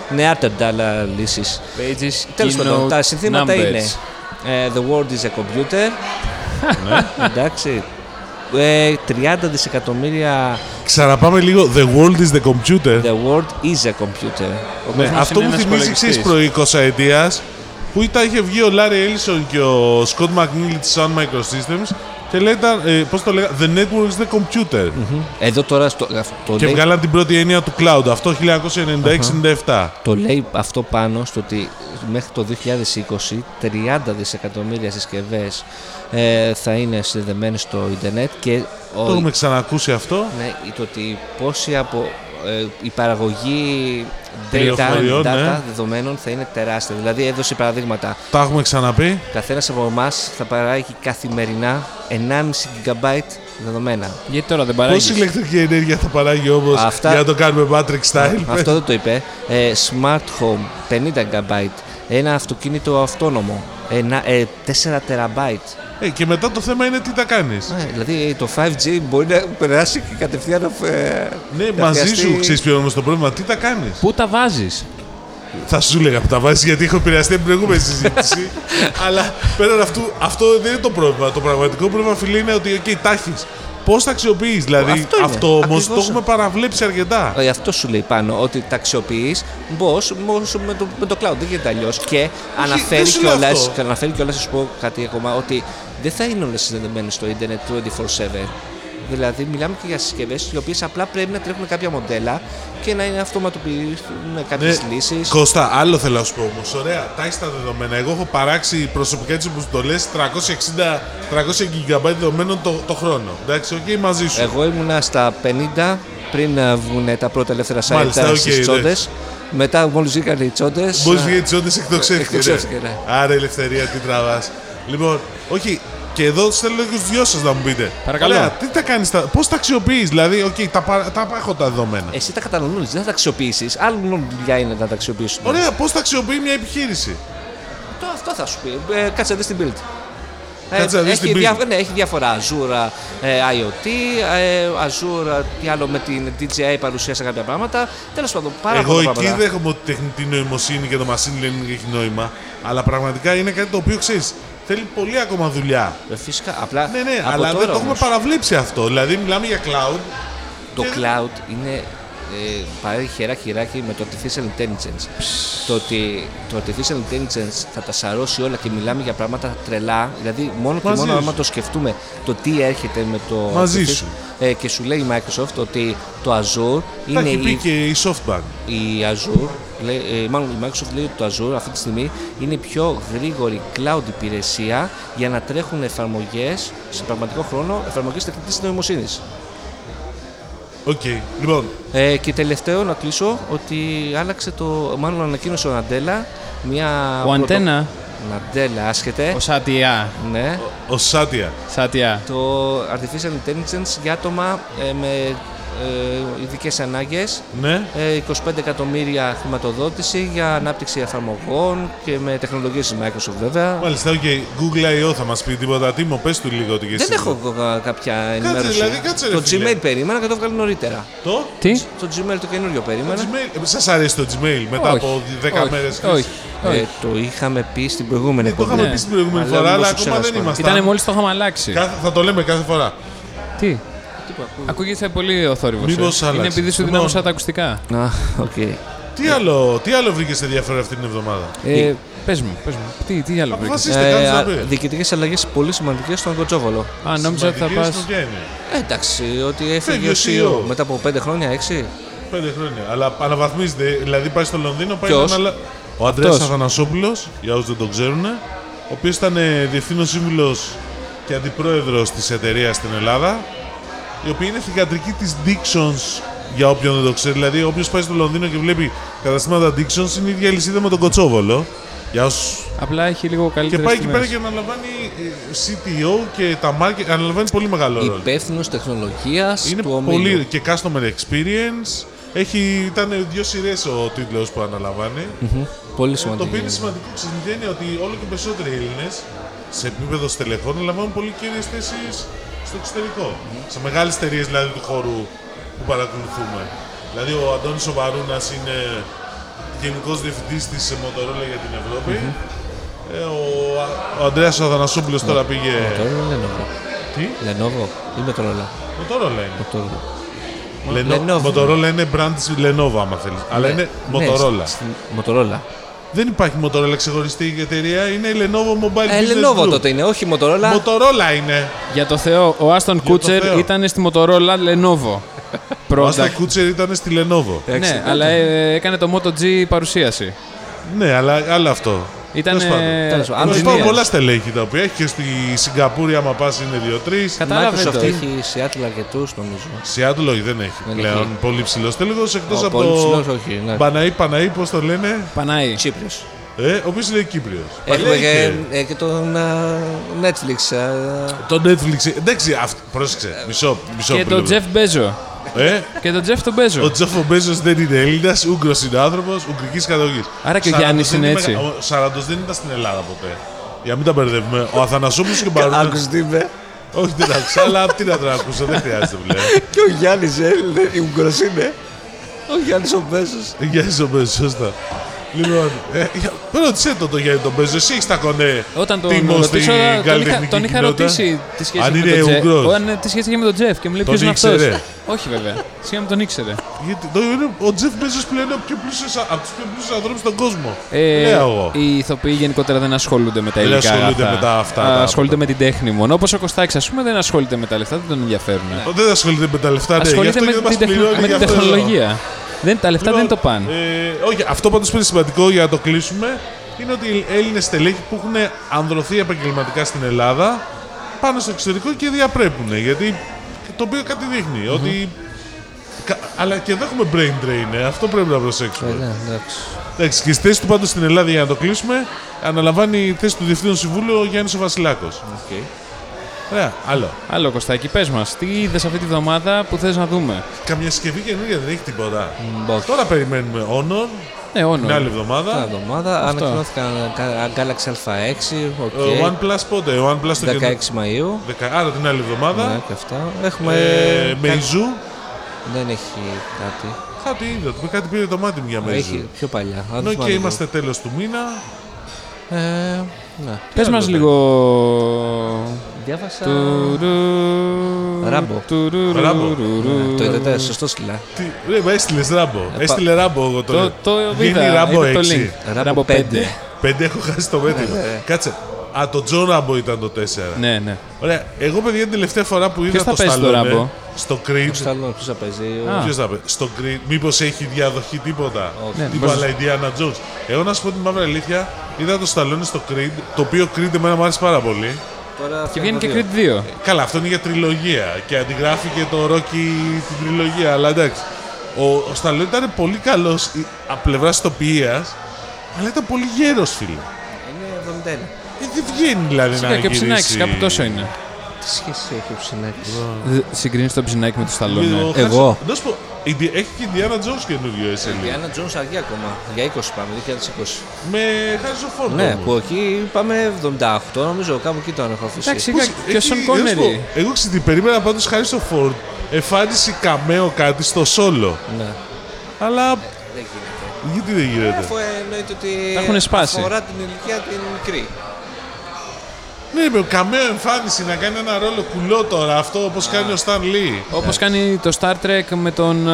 Speaker 2: νεάτενταλα λύσει.
Speaker 3: Pages,
Speaker 2: Τέλος πάντων, τα συνθήματα είναι. ε, the world is a computer.
Speaker 3: Ναι.
Speaker 2: Εντάξει. Ε, 30 δισεκατομμύρια.
Speaker 1: Ξαναπάμε λίγο. The world is the computer.
Speaker 2: The world is a computer.
Speaker 1: Ναι,
Speaker 3: κόσμος
Speaker 1: αυτό
Speaker 3: είναι
Speaker 1: μου θυμίζει
Speaker 3: ένας υπολογιστής.
Speaker 1: εξή προ 20 ετία που ήταν, είχε βγει ο Λάρι Έλισον και ο Σκοτ Μακνίλη της Sun Microsystems και λέγαν, ε, πώς το λέγανε, The Network is the Computer.
Speaker 2: Εδώ τώρα στο, αυτό το
Speaker 1: Και
Speaker 2: λέει-
Speaker 1: βγάλαν την πρώτη έννοια του cloud, αυτό 1996-97.
Speaker 2: Το λέει αυτό πάνω στο ότι μέχρι το 2020 30 δισεκατομμύρια συσκευές ε, θα είναι συνδεδεμένες στο ίντερνετ και ο-
Speaker 1: Το έχουμε ξανακούσει αυτό.
Speaker 2: ναι, το ότι πόσοι από ε, η παραγωγή data,
Speaker 1: Πληροφοριών,
Speaker 2: data
Speaker 1: ναι.
Speaker 2: δεδομένων θα είναι τεράστια. Δηλαδή έδωσε παραδείγματα.
Speaker 1: Τα έχουμε ξαναπεί.
Speaker 2: Καθένας από εμάς θα παράγει καθημερινά 1,5 GB δεδομένα.
Speaker 3: Γιατί τώρα δεν
Speaker 1: Πόση
Speaker 3: παράγεις.
Speaker 1: ηλεκτρική ενέργεια θα παράγει όμως
Speaker 2: Αυτά-
Speaker 1: για να το κάνουμε Patrick Style.
Speaker 2: Αυτό δεν το είπε. Ε, smart home 50 GB. Ένα αυτοκίνητο αυτόνομο. Ένα, ε, 4 TB.
Speaker 1: Ε, και μετά το θέμα είναι τι τα κάνεις.
Speaker 2: Ναι, δηλαδή το 5G μπορεί να περάσει και κατευθείαν να. ε,
Speaker 1: Ναι,
Speaker 2: να
Speaker 1: μαζί
Speaker 2: χρειαστεί-
Speaker 1: σου ξέρεις ποιο είναι όμως το πρόβλημα. Τι τα κάνεις.
Speaker 3: Πού τα βάζεις.
Speaker 1: Θα σου έλεγα που τα βάζεις γιατί έχω επηρεαστεί από την προηγούμενη συζήτηση. αλλά πέραν αυτού, αυτό δεν είναι το πρόβλημα. Το πραγματικό πρόβλημα, φίλε, είναι ότι okay, τα έχεις. Πώς τα αξιοποιείς, δηλαδή
Speaker 2: Αυτό
Speaker 1: αυτό,
Speaker 2: είναι.
Speaker 1: όμως το
Speaker 2: Ακριβώς.
Speaker 1: έχουμε παραβλέψει αρκετά.
Speaker 2: Ε, Αυτό σου λέει πάνω, ότι τα αξιοποιείς μπω με, το- με το cloud. Δεν γίνεται αλλιώς. Και αναφέρει
Speaker 1: δεν σου λέω
Speaker 2: κιόλας-
Speaker 1: αυτό.
Speaker 2: και αναφέρει κιόλας, να σου πω κάτι ακόμα, ότι δεν θα είναι όλες συνδεδεμένες στο Ιντερνετ 24-7. Δηλαδή, μιλάμε και για συσκευές οι οποίες απλά πρέπει να τρέχουν κάποια μοντέλα και να είναι αυτοματοποιηθούν κάποιες
Speaker 1: Ναι.
Speaker 2: λύσεις.
Speaker 1: Κώστα, άλλο θέλω να σου πω όμως. Ωραία, τα έχει τα δεδομένα. Εγώ έχω παράξει προσωπικά έτσι όπω το λες 360 300 GB δεδομένων το, το χρόνο. Εντάξει, οκ, μαζί σου.
Speaker 2: Εγώ ήμουνα στα 50 πριν ε, βγουν τα πρώτα ελεύθερα site
Speaker 1: Μάλιστα,
Speaker 2: okay,
Speaker 1: οκ,
Speaker 2: στις
Speaker 1: ναι.
Speaker 2: τσόντες. Μετά, μόλις βγήκαν οι τσόντες.
Speaker 1: Μπορεί να βγει τσόντε εκτοξεύτηκε.
Speaker 2: Εκτοξεύτηκε, ναι.
Speaker 1: Άρα ελευθερία, τι τραβάς. Λοιπόν, όχι, και εδώ θέλω και του δυο σας να μου πείτε.
Speaker 3: Παρακαλώ.
Speaker 1: Ωραία, τι τα κάνεις, πώς τα αξιοποιείς, Δηλαδή, οκ, τα, πα- τα έχω τα δεδομένα.
Speaker 2: ε, Εσύ τα καταναλώνεις, δεν θα τα αξιοποιήσεις. Άλλον δουλειά είναι να τα αξιοποιήσουν.
Speaker 1: Ωραία, πώς τα αξιοποιεί μια επιχείρηση.
Speaker 2: Το, αυτό θα σου πει. Ε, κάτσε να δεις την build. Ε,
Speaker 1: Κάτσε να δεις
Speaker 2: έχει,
Speaker 1: την build.
Speaker 2: ναι, έχει διάφορα Azure ε, IoT, ε, Azure τι άλλο με την DJI παρουσίασε κάποια πράγματα. Τέλος πάντων, πάρα
Speaker 1: Εγώ
Speaker 2: πολλά
Speaker 1: εκεί
Speaker 2: πράγματα.
Speaker 1: δέχομαι ότι η τεχνητή νοημοσύνη και το machine learning έχει νόημα. Αλλά πραγματικά είναι κάτι το οποίο ξέρεις. Θέλει πολύ ακόμα δουλειά.
Speaker 2: Ε, Φυσικά, απλά.
Speaker 1: Ναι, ναι,
Speaker 2: από
Speaker 1: αλλά
Speaker 2: τώρα
Speaker 1: δεν το έχουμε
Speaker 2: όμως,
Speaker 1: παραβλέψει αυτό. Δηλαδή, μιλάμε για cloud.
Speaker 2: Το cloud είναι ε, πάει χερά χεράκι με το artificial intelligence. Το ότι το artificial intelligence θα τα σαρώσει όλα και μιλάμε για πράγματα τρελά. Δηλαδή, μόνο και
Speaker 1: Μαζί
Speaker 2: μόνο
Speaker 1: σου.
Speaker 2: άμα το σκεφτούμε το τι έρχεται με το.
Speaker 1: Μαζί
Speaker 2: artificial-
Speaker 1: σου.
Speaker 2: Ε, και σου λέει η Microsoft ότι το Azure
Speaker 1: Τα
Speaker 2: είναι
Speaker 1: έχει πει
Speaker 2: η,
Speaker 1: και η SoftBank.
Speaker 2: η Azure. Λέει, ε, μάλλον η Microsoft λέει ότι το Azure αυτή τη στιγμή είναι η πιο γρήγορη cloud υπηρεσία για να τρέχουν εφαρμογές σε πραγματικό χρόνο, εφαρμογές τεχνητής νοημοσύνης.
Speaker 1: Οκ, λοιπόν,
Speaker 2: Ε, και τελευταίο να κλείσω ότι άλλαξε το. Μάλλον ανακοίνωσε ο Ναντέλα μια.
Speaker 3: Ο Αντένα,
Speaker 2: Ναντέλα, άσχετε.
Speaker 3: ο Σατιά.
Speaker 2: Ναι,
Speaker 1: ο Σάτια.
Speaker 3: Σατιά.
Speaker 2: το Artificial Intelligence για άτομα ε, με ε, ειδικές ανάγκες
Speaker 1: Ναι.
Speaker 2: Ε, 25 εκατομμύρια χρηματοδότηση για ανάπτυξη εφαρμογών και με τεχνολογίες της Microsoft βέβαια.
Speaker 1: Μάλιστα, οκ. Google I.O. θα μας πει τίποτα. Τι μου, πες του λίγο ότι και
Speaker 2: Δεν
Speaker 1: εσύ.
Speaker 2: έχω εγώ κάποια ενημέρωση.
Speaker 1: δηλαδή, κάτσε, ρε,
Speaker 2: το
Speaker 1: φίλε.
Speaker 2: Gmail περίμενα και το βγάλω νωρίτερα.
Speaker 1: Το
Speaker 3: Τι?
Speaker 2: Το Gmail το καινούριο περίμενα.
Speaker 1: Gmail. Σας αρέσει το Gmail μετά
Speaker 3: Όχι,
Speaker 1: από 10
Speaker 3: όχι,
Speaker 1: μέρες.
Speaker 3: Όχι.
Speaker 2: Ε,
Speaker 3: όχι.
Speaker 2: το είχαμε πει στην προηγούμενη
Speaker 1: Ε, Το
Speaker 2: εκπομπή.
Speaker 1: είχαμε πει στην προηγούμενη
Speaker 2: Ναι. Αλλά
Speaker 1: φορά,
Speaker 2: όμως
Speaker 1: αλλά
Speaker 2: το
Speaker 1: ακόμα δεν
Speaker 2: ξέχασα.
Speaker 1: είμαστε.
Speaker 3: Ήτανε μόλις το είχαμε αλλάξει.
Speaker 1: Κάθε- Θα το λέμε κάθε φορά.
Speaker 3: Τι.
Speaker 2: Ε, Τίποτα.
Speaker 3: Ακούγεται πολύ ο θόρυβο.
Speaker 1: Μήπως
Speaker 3: Είναι
Speaker 1: άλλαξε.
Speaker 3: επειδή σου
Speaker 1: Λοιπόν.
Speaker 3: δυνάμωσα τα ακουστικά.
Speaker 2: Α, οκ.
Speaker 1: Τι άλλο, τι άλλο βρήκες ενδιαφέρον αυτή την εβδομάδα.
Speaker 2: Ε,
Speaker 3: Πες μου, πες μου. Τι, τι άλλο βρήκες.
Speaker 1: Αποφασίστε κάτι να πεις.
Speaker 2: Διοικητικές αλλαγές πολύ σημαντικές στον Κοτσόβολο.
Speaker 3: Α, νόμιζα ότι θα
Speaker 1: Σημαντική
Speaker 3: πα.
Speaker 1: στην οικογένεια.
Speaker 2: Ε, εντάξει, ότι
Speaker 1: Φεύγει
Speaker 2: έφυγε
Speaker 1: ο
Speaker 2: ο
Speaker 1: CEO.
Speaker 2: CEO μετά από 5 χρόνια, 6.
Speaker 1: Πέντε χρόνια. Αλλά αναβαθμίζεται. Δηλαδή πάει στο Λονδίνο, πάει
Speaker 2: Ποιος?
Speaker 1: έναν άλλα- Ο Αντρέα
Speaker 2: Αυτός.
Speaker 1: Αθανασόπουλος, για όσους δεν τον ξέρουν, ο οποίος ήταν ε, διευθύνων σύμβουλος και αντιπρόεδρος της εταιρείας στην Ελλάδα, η οποία είναι θηγατρική της Dixons για όποιον δεν το ξέρει. Δηλαδή, όποιος πάει στο Λονδίνο και βλέπει καταστήματα Dixons, είναι η ίδια αλυσίδα με τον Κοτσόβολο. Για όσους
Speaker 3: Απλά έχει λίγο
Speaker 1: Και
Speaker 3: καλύτερη.
Speaker 1: πάει εκεί πέρα και αναλαμβάνει ε, CTO και τα market. Αναλαμβάνει πολύ μεγάλο ρόλο.
Speaker 2: Υπεύθυνος τεχνολογίας
Speaker 1: Είναι
Speaker 2: του ομίλου.
Speaker 1: πολύ και customer experience. Έχει, ήταν δύο σειρές ο τίτλος που αναλαμβανει
Speaker 2: Πολύ
Speaker 1: Το οποίο
Speaker 2: σημαντικό.
Speaker 1: είναι σημαντικό ξεσυνδένει ότι όλο και περισσότεροι Έλληνες σε επίπεδο στελεχών αναλαμβάνουν πολύ κύριε θέσεις στο εξωτερικό. Σε μεγάλες εταιρείες δηλαδή του χώρου που παρακολουθούμε. Δηλαδή ο Αντώνης Σοβαρούνα είναι γενικός διευθυντής της Motorola για την ευρωπη Ε, ο, ο Αντρέα Αδανασόπουλο
Speaker 2: Ναι.
Speaker 1: τώρα πήγε.
Speaker 2: Τώρα είναι Lenovo.
Speaker 1: Τι?
Speaker 2: Lenovo ή Motorola.
Speaker 1: Motorola είναι.
Speaker 2: Motorola.
Speaker 1: Leno-
Speaker 2: Lenovo.
Speaker 1: Motorola είναι brand της Lenovo άμα θέλεις. Αλλά
Speaker 2: Ναι,
Speaker 1: είναι
Speaker 2: ναι,
Speaker 1: Motorola.
Speaker 2: στην- Motorola.
Speaker 1: Δεν υπάρχει Motorola ξεχωριστή εταιρεία. Είναι η Lenovo Mobile
Speaker 2: Ε,
Speaker 1: Business
Speaker 2: Lenovo
Speaker 1: Group.
Speaker 2: τότε είναι, όχι Motorola.
Speaker 1: Motorola είναι.
Speaker 3: Για το Θεό, ο Άστον
Speaker 1: Θεό.
Speaker 3: Κούτσερ ήταν στη Motorola Lenovo.
Speaker 1: Ο
Speaker 3: Πρώτα.
Speaker 1: Άστα Κούτσερ ήταν στη Lenovo.
Speaker 2: Εντάξει,
Speaker 3: Ναι, αλλά ε, έκανε το MotoG παρουσίαση.
Speaker 1: Ναι, αλλά άλλο αυτό.
Speaker 3: Ήταν.
Speaker 1: Τέλος πάντων.
Speaker 2: Τέλος πάντων.
Speaker 1: Τέλος
Speaker 2: Engineers.
Speaker 1: πάντων, πολλά στελέχη τα οποία έχει και στη Σιγκαπούρη, άμα πας είναι δύο-τρει.
Speaker 3: Κατά- Κατάλαβε
Speaker 2: Microsoft
Speaker 3: το.
Speaker 2: έχει Seattle αρκετούς νομίζω.
Speaker 1: Seattle όχι, δεν έχει
Speaker 2: Δεν
Speaker 1: πλέον
Speaker 2: έχει.
Speaker 1: πολύ ψηλός τέλεχο εκτό
Speaker 2: Ο
Speaker 1: από
Speaker 2: πολύ ψηλός,
Speaker 1: το.
Speaker 2: όχι. ναι.
Speaker 1: Παναή, Παναή, πώς το λένε,
Speaker 3: Πανάη.
Speaker 2: Τσίπριος.
Speaker 1: ε, ο οποίος είναι Κύπριος.
Speaker 2: Έχουμε και, ε, και τον α, Netflix. ε, α,
Speaker 1: Το Netflix. Εντάξει, αυ... πρόσεξε. Μισό, μισό.
Speaker 3: Και
Speaker 1: που
Speaker 3: τον
Speaker 1: λέμε.
Speaker 3: Τζεφ Μπέζο.
Speaker 1: Ε,
Speaker 3: Και τον Τζεφ τον
Speaker 1: Ο
Speaker 3: Μπέζο.
Speaker 1: Τζόφο Μπέζος δεν είναι Έλληνας, Ούγγρος είναι άνθρωπος, Ουγγρικής καταγωγής.
Speaker 3: Άρα και ο Γιάννης είναι έτσι.
Speaker 1: Ο Σαραντο δεν ήταν στην Ελλάδα ποτέ. Για μην τα μπερδεύουμε. Ο Αθανασόπουλος και ο Μπαρούνα.
Speaker 2: Άκουσες τι με.
Speaker 1: Όχι, δεν άκουσα, αλλά απ' τι να τον ακούσω, δεν χρειάζεται πλέον.
Speaker 2: Και ο Γιάννης Έλληνε, η Ούγγρος είναι. Ο Γιάννης ο Μπέζος.
Speaker 1: Γιάννη τον Μπέζος, σωστά. Λοιπόν, ε, για- ρώτησέ τον το Γιάννη τον Μπέζο, εσύ έχεις τα κονέ.
Speaker 3: Όταν τον
Speaker 1: τιμό στην
Speaker 3: ρωτήσω, τον είχα,
Speaker 1: καλλιτεχνική
Speaker 3: τον είχα
Speaker 1: κοινότητα.
Speaker 3: ρωτήσει τη σχέση
Speaker 1: Αν
Speaker 3: με
Speaker 1: είναι
Speaker 3: τον Τζεφ.
Speaker 1: Ουγγρός.
Speaker 3: Ο- αν, ε, Τη σχέση είχε με τον Τζεφ και μου λέει
Speaker 1: Τον
Speaker 3: ποιο είναι αυτό.
Speaker 1: ήξερε.
Speaker 3: Όχι βέβαια. Σίγουρα με τον ήξερε.
Speaker 1: Γιατί το- είναι- ο Τζεφ Μπέζος πλέον είναι ο πιο πλούσιος α- από τους πιο πλούσιους ανθρώπους στον κόσμο.
Speaker 3: Ε,
Speaker 1: Λέω εγώ.
Speaker 3: Οι ηθοποιοί γενικότερα δεν ασχολούνται με τα
Speaker 1: Δεν
Speaker 3: υλικά.
Speaker 1: ασχολούνται
Speaker 3: αγαθά.
Speaker 1: με τα αυτά,
Speaker 3: Α,
Speaker 1: τα-
Speaker 3: ασχολούνται με την τέχνη μόνο. Όπως ο Κωστάκης, ας πούμε, δεν ασχολείται με τα λεφτά, δεν τον ενδιαφέρουν.
Speaker 1: Δεν ασχολείται με τα λεφτά, ναι, γι'
Speaker 3: ασχολείται
Speaker 1: αυτό
Speaker 3: με,
Speaker 1: και δεν μας
Speaker 3: την, τεχνο-
Speaker 1: πληρώνει,
Speaker 3: με
Speaker 1: γι'
Speaker 3: την
Speaker 1: αυτό εδώ.
Speaker 3: τεχνολογία. Δεν, τα λεφτά δεν το
Speaker 1: Λοιπόν,
Speaker 3: πάνε.
Speaker 1: Ε, όχι, αυτό πάντω που είναι σημαντικό για να το κλείσουμε είναι ότι οι Έλληνες στελέχοι που έχουν ανδρωθεί επαγγελματικά στην Ελλάδα πάνε στο εξωτερικό και διαπρέπουν. Γιατί το οποίο κάτι δείχνει, Ότι. κα- Αλλά και εδώ έχουμε brain drain, ε, αυτό πρέπει να προσέξουμε.
Speaker 2: Ναι, εντάξει.
Speaker 1: Εντάξει, και στη θέση του πάντως στην Ελλάδα για να το κλείσουμε, αναλαμβάνει η θέση του Διευθύνου Συμβούλου ο Γιάννης ο Βασιλάκος.
Speaker 2: Οκ.
Speaker 1: Ωραία, άλλο.
Speaker 3: Άλλο Κωστάκη, πες μας, τι είδες αυτή τη βδομάδα που θες να δούμε.
Speaker 1: Καμιά συσκευή καινούργια δεν έχει τίποτα.
Speaker 2: Μπα, όχι.
Speaker 1: Τώρα περιμένουμε Honor
Speaker 3: Ναι,
Speaker 1: την άλλη
Speaker 3: όνο.
Speaker 1: εβδομάδα.
Speaker 2: Την εβδομάδα
Speaker 3: Αυτό.
Speaker 2: ανακοινώθηκαν κα- Galaxy A6, οκ,
Speaker 1: Ε, OnePlus πότε, OnePlus το
Speaker 2: 16
Speaker 1: καινούργιο.
Speaker 2: Μαΐου.
Speaker 1: Δεκα- Άρα την άλλη
Speaker 2: Ναι,
Speaker 1: εβδομάδα.
Speaker 2: και αυτά. Έχουμε.
Speaker 1: Ε, Μεϊζού.
Speaker 2: Δεν έχει κάτι.
Speaker 1: Κάτι είδα, το- κάτι πήρε το μάτι μου για Μεϊζού.
Speaker 2: Έχει πιο παλιά.
Speaker 1: Ενώ
Speaker 2: Αν θυμάμαι
Speaker 1: και
Speaker 2: λίγο.
Speaker 1: είμαστε
Speaker 3: ναι.
Speaker 1: τέλος του μήνα.
Speaker 2: Ε, ναι.
Speaker 3: Πες μα
Speaker 1: άλλο, ρε.
Speaker 3: λίγο.
Speaker 2: Διάβασα. Ράμπο.
Speaker 3: Ράμπο.
Speaker 1: Ράμπο.
Speaker 3: Ναι.
Speaker 2: Το είδατε, σωστό σκυλά.
Speaker 1: Τι- Ρε, μα έστειλες ράμπο. Έστειλε ράμπο εγώ
Speaker 3: Ε, Το,
Speaker 1: τώρα.
Speaker 3: το
Speaker 1: Βγαίνει
Speaker 3: είδα,
Speaker 1: ράμπο
Speaker 3: είδα το
Speaker 1: 6.
Speaker 3: link.
Speaker 2: Ράμπο πέντε.
Speaker 1: Πέντε έχω χάσει το μέτρημα. Κάτσε. Α, το Τζον Ράμπο ήταν το 4.
Speaker 3: Ναι, ναι.
Speaker 1: Ωραία. Εγώ, παιδιά, την τελευταία φορά που είδα
Speaker 3: θα
Speaker 1: το
Speaker 3: παίζει το
Speaker 1: Σταλόνε
Speaker 3: Ράμπο?
Speaker 1: στο Creed.
Speaker 2: Στάλλον, ποιος θα παίζει. ο-
Speaker 3: Α.
Speaker 1: Ποιος θα πει, στο Creed, μήπως έχει διαδοχή τίποτα.
Speaker 2: Όχι. Ναι,
Speaker 1: Τίποτα, αλλά η Diana Jones. Εγώ να σου πω την μαύρη αλήθεια, είδα το Σταλόνι στο Creed, το οποίο Creed εμένα μου άρεσε πάρα πολύ.
Speaker 2: Τώρα
Speaker 3: Και βγαίνει και
Speaker 2: δύο.
Speaker 3: Creed 2.
Speaker 1: Καλά, αυτό είναι για τριλογία και αντιγράφει και το Rocky την τριλογία, αλλά εντάξει. Ο, ο Σταλόνι ήταν πολύ καλός από πλευράς ηθοποιία, αλλά ήταν πολύ γέρος, φίλε.
Speaker 2: Είναι 71.
Speaker 1: Ε, δεν βγαίνει δηλαδή να
Speaker 3: Φυσικά και ο
Speaker 1: γυρίσει.
Speaker 3: Ψινάκης, κάπου τόσο είναι.
Speaker 2: Τι σχέση έχει ο ψινάκι.
Speaker 3: Συγκρίνεις τον Ψινάκη με τον Ε, Σταλόνε.
Speaker 1: χάρισα-
Speaker 2: Εγώ.
Speaker 1: Ε, Να σου πω, η Ντι- έχει και η Diana Jones καινούριο SL.
Speaker 2: Η Άννα Τζόνς αργεί ακόμα. Για 20 πάμε, 2020.
Speaker 1: Με χάριζοφόρο.
Speaker 2: Ναι, που εκεί πάμε 78, νομίζω κάπου εκεί τον έχω αφήσει.
Speaker 3: Εντάξει, είχα και ο Σον Κόνερι.
Speaker 1: Κόνερι. Εγώ ξέρετε, περίμενα πάντως χάρη στο Φόρντ εμφάνιση καμέο κάτι στο solo.
Speaker 2: Ναι.
Speaker 1: Αλλά
Speaker 2: Δεν γίνεται.
Speaker 1: γιατί δεν γίνεται.
Speaker 2: Αφού εννοείται ότι
Speaker 3: Τα έχουνε σπάσει.
Speaker 2: αφορά την ηλικία την μικρή.
Speaker 1: Ναι, με καμία εμφάνιση να κάνει ένα ρόλο κουλό τώρα αυτό όπως κάνει ο Σταν Λί.
Speaker 3: Όπω κάνει το Star Trek με τον.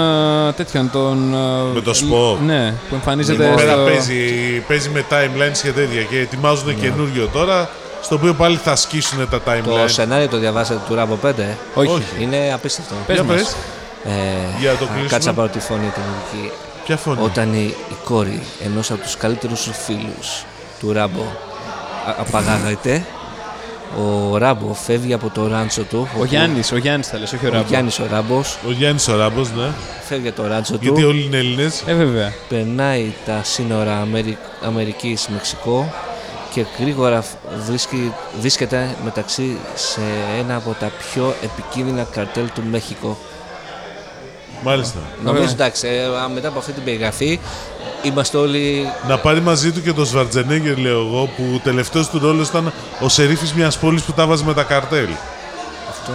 Speaker 3: ε, τέτοιον. Τον, ε,
Speaker 1: Με τον Spock.
Speaker 3: Ναι, που εμφανίζεται.
Speaker 1: Πέρα
Speaker 3: στο-
Speaker 1: παίζει, παίζει με timelines και τέτοια και ετοιμάζουν
Speaker 3: Ναι.
Speaker 1: καινούριο τώρα στο οποίο πάλι θα σκίσουν τα
Speaker 2: Το
Speaker 1: timelines.
Speaker 2: σενάριο το διαβάσατε του Ράμπο 5. ε?
Speaker 3: Όχι.
Speaker 1: Ναι. Όχι.
Speaker 2: Είναι απίστευτο. Ναι.
Speaker 3: Πες
Speaker 1: Για
Speaker 3: μας.
Speaker 1: πες,
Speaker 2: Ε,
Speaker 1: Για να το
Speaker 2: α,
Speaker 1: κλείσουμε.
Speaker 2: Κάτσε να πάρω τη φωνή την ειδική.
Speaker 1: ποια φωνή.
Speaker 2: Όταν η, η κόρη ενός από τους καλύτερους φίλους του Ράμπο α- απαγάγεται, ο Ράμπο φεύγει από το ράντσο του.
Speaker 3: Ο Γιάννης, ο Γιάννης θα λες, όχι ο
Speaker 2: Ο
Speaker 3: Ράμπο.
Speaker 2: Γιάννης ο Ράμπος
Speaker 1: Ο Γιάννης ο Ράμπος, ναι.
Speaker 2: φεύγει από το ράντσο
Speaker 1: Γιατί
Speaker 2: του.
Speaker 1: όλοι είναι Έλληνες.
Speaker 3: Ε, βέβαια.
Speaker 2: περνάει τα σύνορα Αμερι... Αμερικής Μεξικό και γρήγορα φ- βρίσκει... βρίσκεται μεταξύ σε ένα από τα πιο επικίνδυνα καρτέλ του Μέχικο.
Speaker 1: Μάλιστα.
Speaker 2: Νομίζω εντάξει, ε, α, μετά από αυτή την περιγραφή είμαστε όλοι
Speaker 1: Να πάρει μαζί του και τον Σβαρτζενέγκερ, λέω εγώ, που τελευταίος του ρόλος ήταν ο σερίφης μιας πόλης που τα βάζει με τα καρτέλ.
Speaker 2: αυτό.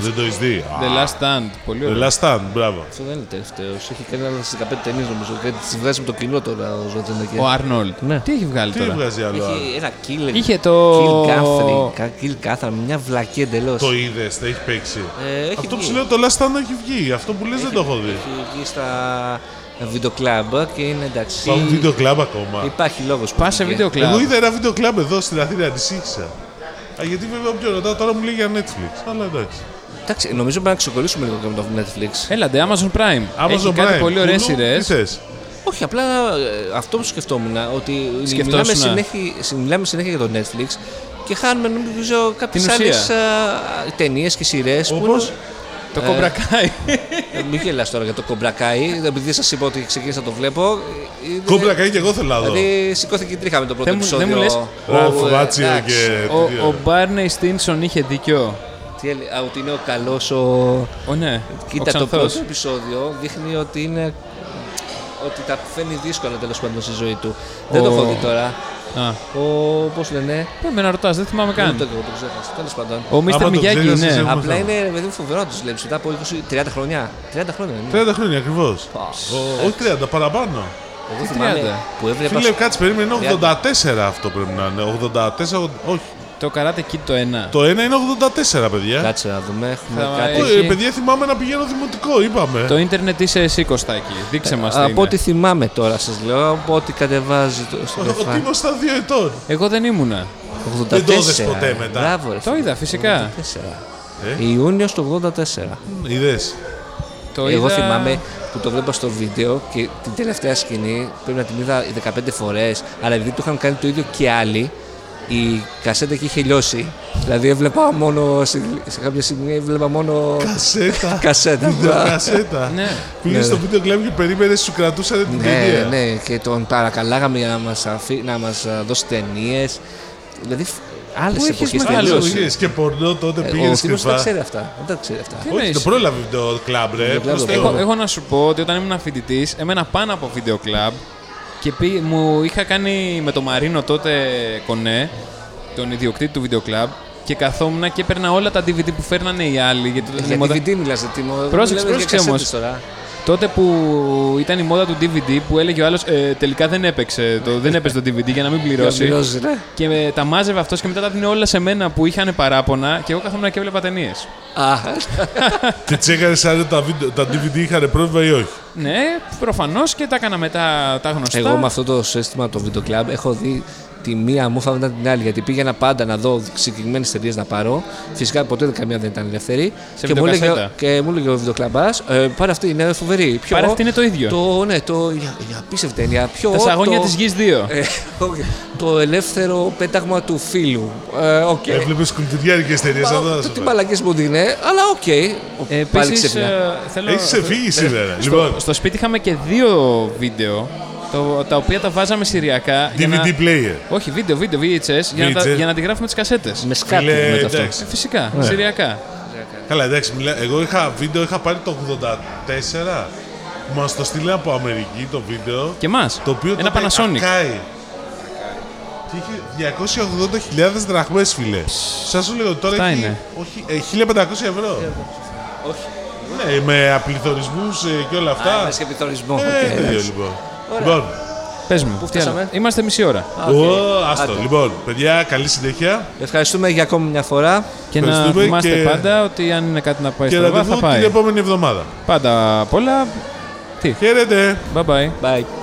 Speaker 1: Δεν το έχεις δει.
Speaker 3: The Last Stand. Πολύ ωραίο.
Speaker 1: Ελαστάν, μπράβο.
Speaker 2: Αυτό δεν είναι τελευταίο. Έχει κάνει άλλα 15 ταινίες νομίζω. και τις βγάζει με το κοινό τώρα ο Ζωτζενέκερ.
Speaker 3: Ο Αρνόλτ.
Speaker 2: Ναι.
Speaker 3: Τι έχει βγάλει
Speaker 1: Τι
Speaker 3: τώρα.
Speaker 1: βγάζει άλλο. άλλο.
Speaker 2: Έχει ένα killer.
Speaker 3: Είχε το-
Speaker 2: Kill Guthrie. Κα- Kill Guthrie, Μια βλακή εντελώς.
Speaker 1: Το είδες, τα έχει παίξει.
Speaker 2: Ε, έχει
Speaker 1: Αυτό που
Speaker 2: βγει.
Speaker 1: σου λέω το Λαστάν έχει βγει. Αυτό που λες δεν το έχω δει.
Speaker 2: Έχει βγει στα βίντεο κλαμπ και είναι εντάξει.
Speaker 1: Υπάρχουν βίντεο κλαμπ ακόμα.
Speaker 2: Υπάρχει λόγος.
Speaker 3: Πα σε βίντεο κλαμπ.
Speaker 1: Εγώ είδα ένα βίντεο κλαμπ εδώ στην Αθήνα, ανησύχησα. Α, γιατί βέβαια όποιο ρωτάω τώρα μου λέει για Netflix. Αλλά εντάξει.
Speaker 2: Εντάξει, νομίζω πρέπει να ξεκολλήσουμε λίγο και με το Netflix.
Speaker 3: Έλατε, Amazon Prime.
Speaker 1: Amazon
Speaker 3: έχει κάτι
Speaker 1: Prime,
Speaker 3: πολύ ωραίες
Speaker 1: Hulu,
Speaker 3: σειρές.
Speaker 1: Τι θες.
Speaker 2: Όχι, απλά ε, αυτό που σκεφτόμουν. Ότι μιλάμε
Speaker 3: Σκεφτόσουνα.
Speaker 2: συνέχεια, συ- μιλάμε συνέχεια για το Netflix και χάνουμε νομίζω κάποιες
Speaker 3: Την
Speaker 2: άλλε
Speaker 3: ουσία.
Speaker 2: ταινίες και σειρές.
Speaker 1: Όπως?
Speaker 3: Το Cobra Kai.
Speaker 2: Ε, Μην γελάς τώρα για το κομπρακάι. Επειδή σας είπα ότι ξεκίνησα να το βλέπω. ε, ε,
Speaker 1: Κόμπλα καεί και εγώ θέλω να δω.
Speaker 2: Δηλαδή σηκώθηκε η τρίχα με το πρώτο
Speaker 3: Δεν μου- δεν
Speaker 2: επεισόδιο.
Speaker 3: μου λες.
Speaker 1: Ραλφ
Speaker 2: όπου, ε,
Speaker 1: Βάτσιο
Speaker 2: εντάξει,
Speaker 1: και
Speaker 3: Ο-
Speaker 1: τέτοια.
Speaker 3: Ο Μπάρνεϊ Στίνσον είχε δίκιο.
Speaker 2: τι έλε- α, ότι είναι ο καλός ο.
Speaker 3: Ο ναι. ο
Speaker 2: Κοίτα, το
Speaker 3: ξανθός.
Speaker 2: πρώτο επεισόδιο δείχνει ότι είναι. ότι τα φαίνει δύσκολα τέλος πάντων στη ζωή του. Δεν το
Speaker 3: Ο-
Speaker 2: έχω δει τώρα.
Speaker 3: Α,
Speaker 2: Ο. πώς λένε.
Speaker 3: πού με να ρωτάς, δεν θυμάμαι
Speaker 2: Δεν το
Speaker 3: καν.
Speaker 2: έχω, το ξέχασα. Τέλος πάντων.
Speaker 3: Ο
Speaker 1: Άμα
Speaker 3: Μίστερ
Speaker 1: το
Speaker 3: Μιγιάκη,
Speaker 1: ξέρεις,
Speaker 3: ναι.
Speaker 1: εσύ-
Speaker 2: Απλά
Speaker 1: θέμα.
Speaker 2: είναι ρε παιδί μου φοβερό να τους βλέπει μετά από 20-30 χρονιά. 30 χρόνια ναι. είναι.
Speaker 1: 30 χρόνια ακριβώς. Όχι 30, παραπάνω.
Speaker 2: Εγώ θυμάμαι
Speaker 3: 30.
Speaker 2: που έβλεπα.
Speaker 1: Φίλε, κάτσε περίμενε, είναι 84 αυτό πρέπει να είναι. 84, όχι.
Speaker 3: Το Karate Kid το ένα.
Speaker 1: Το ένα είναι 84, παιδιά.
Speaker 2: Κάτσε να δούμε, έχουμε
Speaker 3: Θα-
Speaker 2: κάτι.
Speaker 1: Ω,
Speaker 3: έχει.
Speaker 1: ε, παιδιά, θυμάμαι να πηγαίνω δημοτικό, είπαμε.
Speaker 3: Το ίντερνετ είσαι εσύ, Κωστάκη. Δείξε μας τι
Speaker 2: Ε, Από
Speaker 3: είναι.
Speaker 2: ό,τι θυμάμαι τώρα σας λέω, από ό,τι κατεβάζει το στο
Speaker 1: Ο
Speaker 2: κεφάλι.
Speaker 1: Τίμος ήταν 2 ετών.
Speaker 3: Εγώ δεν ήμουνα.
Speaker 2: 84.
Speaker 1: Δεν το είδες ποτέ μετά. Ε.
Speaker 2: Μπράβο, ρε,
Speaker 3: Το
Speaker 2: φίλε,
Speaker 3: είδα, φυσικά.
Speaker 2: 84. Ιούνιος του 84.
Speaker 1: Είδες.
Speaker 3: Το
Speaker 2: Εγώ
Speaker 3: είδα-
Speaker 2: θυμάμαι που το βλέπα στο βίντεο και την τελευταία σκηνή πρέπει να την είδα 15 φορές. Αλλά επειδή το είχαν κάνει το ίδιο και άλλοι, η κασέτα εκεί είχε λιώσει. Δηλαδή έβλεπα μόνο. Σε, σε κάποια στιγμή έβλεπα μόνο.
Speaker 1: Κασέτα.
Speaker 2: κασέτα.
Speaker 1: Κασέτα.
Speaker 3: Ναι.
Speaker 1: Πήγε στο βίντεο κλαμπ και περίμενες, σου κρατούσαν την
Speaker 2: ναι,
Speaker 1: ταινία.
Speaker 2: ναι, και τον παρακαλάγαμε να μας να μας α, δώσει ταινίες. Δηλαδή άλλες
Speaker 3: Πού έχεις
Speaker 2: εποχέ
Speaker 3: μεγάλο,
Speaker 1: Άλλο είδες και πορνό τότε
Speaker 2: Ε, Ο
Speaker 1: πήγαινε
Speaker 2: Θήμος τα
Speaker 1: κρυφά.
Speaker 2: ξέρει αυτά. Δεν τα ξέρει αυτά.
Speaker 1: Όχι, το
Speaker 3: εννοείς?
Speaker 1: πρόλαβε το κλαμπ, ρε.
Speaker 2: Το κλαμπ
Speaker 1: Πώς
Speaker 2: το
Speaker 1: το-
Speaker 3: Έχω, έχω να σου πω ότι όταν ήμουν φοιτητής, έμενα πάνω από βίντεο κλαμπ και πει, μου είχα κάνει με τον Μαρίνο τότε κονέ, τον ιδιοκτήτη του βίντεο κλαμπ, και καθόμουν και έπαιρνα όλα τα DVD που φέρνανε οι άλλοι. Γιατί τότε, ήταν
Speaker 2: Ε, Για
Speaker 3: η μόδα-
Speaker 2: DVD μιλάς, ρε Τίμο.
Speaker 3: Πρόσεξε,
Speaker 2: Μιλάμε για
Speaker 3: πρόσεξε
Speaker 2: κασέτες
Speaker 3: όμως.
Speaker 2: τώρα.
Speaker 3: τότε που ήταν η μόδα του DVD που έλεγε ο άλλος τελικά δεν έπαιξε, το, δεν έπαιζε το DVD για να μην πληρώσει.
Speaker 2: Πληρώσει, ρε.
Speaker 3: και με, τα μάζευε αυτός και μετά τα δίνει όλα σε μένα που είχαν παράπονα και εγώ καθόμουν και έβλεπα ταινίες.
Speaker 2: Α,
Speaker 1: Και τσέκαρες αν τα βίντεο- τα DVD είχαν πρόβλημα ή όχι.
Speaker 3: Ναι, προφανώς και τα έκανα μετά τα γνωστά.
Speaker 2: Εγώ με αυτό το σύστημα το βίντεο κλαμπ έχω δει τη μία μου φάβητα την άλλη. Γιατί πήγαινα πάντα να δω συγκεκριμένες εταιρείε να πάρω. Φυσικά ποτέ δεν καμία δεν ήταν ελεύθερη.
Speaker 3: Σε
Speaker 2: και, μου έλεγε,
Speaker 3: βιντεοκασέτα.
Speaker 2: και μου έλεγε ο βιντεοκλαμπάς, ε, πάρε αυτή, είναι φοβερή. Ποιο,
Speaker 3: Πάρε αυτή, είναι το ίδιο.
Speaker 2: Το, ναι, το, είναι απίστευτη ταινία. Ποιο,
Speaker 3: τα σαγόνια
Speaker 2: το-
Speaker 3: της γης 2.
Speaker 2: ε, όχι, το ελεύθερο πέταγμα του φίλου. Ε, οκ.
Speaker 1: Έβλεπες κουλτουριάρικες ταινίες.
Speaker 2: Μα,
Speaker 1: αυτό θα
Speaker 2: το
Speaker 1: σου
Speaker 2: τι
Speaker 1: πω.
Speaker 2: μαλακές μου δίνε, αλλά οκ.
Speaker 3: Ε,
Speaker 2: Πάλι
Speaker 3: Επίσης,
Speaker 2: ξέφυγα.
Speaker 3: θέλω.
Speaker 1: Έχεις ξεφύγει σήμερα.
Speaker 3: Στο,
Speaker 1: Λοιπόν,
Speaker 3: Ναι. στο σπίτι είχαμε και δύο βίντεο το, τα οποία τα βάζαμε σηριακά. για να-
Speaker 1: DVD player.
Speaker 3: Όχι, βίντεο, βίντεο, VHS, Για, να, τα-
Speaker 1: VHS.
Speaker 3: για να τη γράφουμε τις κασέτες.
Speaker 2: Με Ναι. σκάτι
Speaker 1: Φίλε,
Speaker 2: με αυτό.
Speaker 1: εντάξει.
Speaker 3: Φυσικά, σηριακά.
Speaker 1: Καλά, εντάξει, μιλά... εγώ είχα βίντεο, είχα πάρει το 84. Μας το στείλε από Αμερική το βίντεο.
Speaker 3: Και εμά.
Speaker 1: Το οποίο
Speaker 3: Ένα
Speaker 1: τότε
Speaker 3: Panasonic.
Speaker 1: ακάει. Και είχε 280.000 δραχμές, φίλε. Σας σου λέω τώρα
Speaker 3: Αυτά
Speaker 1: έχει,
Speaker 3: είναι.
Speaker 1: όχι, ε, 1500 ευρώ. Όχι. Ναι, με απληθωρισμούς ε, και όλα
Speaker 2: Α,
Speaker 1: αυτά.
Speaker 2: μας και πληθωρισμό.
Speaker 1: Ε,
Speaker 2: Οκ,
Speaker 1: τέτοιο,
Speaker 2: εντάξει.
Speaker 1: λοιπόν. Λοιπόν,
Speaker 3: Πες μου.
Speaker 2: Πού
Speaker 3: τι άλλο.
Speaker 2: φτάσαμε?
Speaker 3: Είμαστε μισή ώρα.
Speaker 1: Ω, άστο.
Speaker 2: Άντε.
Speaker 1: Λοιπόν, παιδιά, καλή συνέχεια.
Speaker 2: Ευχαριστούμε για ακόμη μια φορά.
Speaker 3: Και να
Speaker 1: Ευχαριστούμε
Speaker 3: θυμάστε
Speaker 1: και-
Speaker 3: πάντα ότι αν είναι κάτι να πάει
Speaker 1: Και
Speaker 3: στραβά θα
Speaker 1: ραντεβού την
Speaker 3: πάει.
Speaker 1: επόμενη εβδομάδα.
Speaker 3: Πάντα απ' όλα. Τι.
Speaker 1: Χαίρετε.
Speaker 3: Bye bye.
Speaker 2: Bye.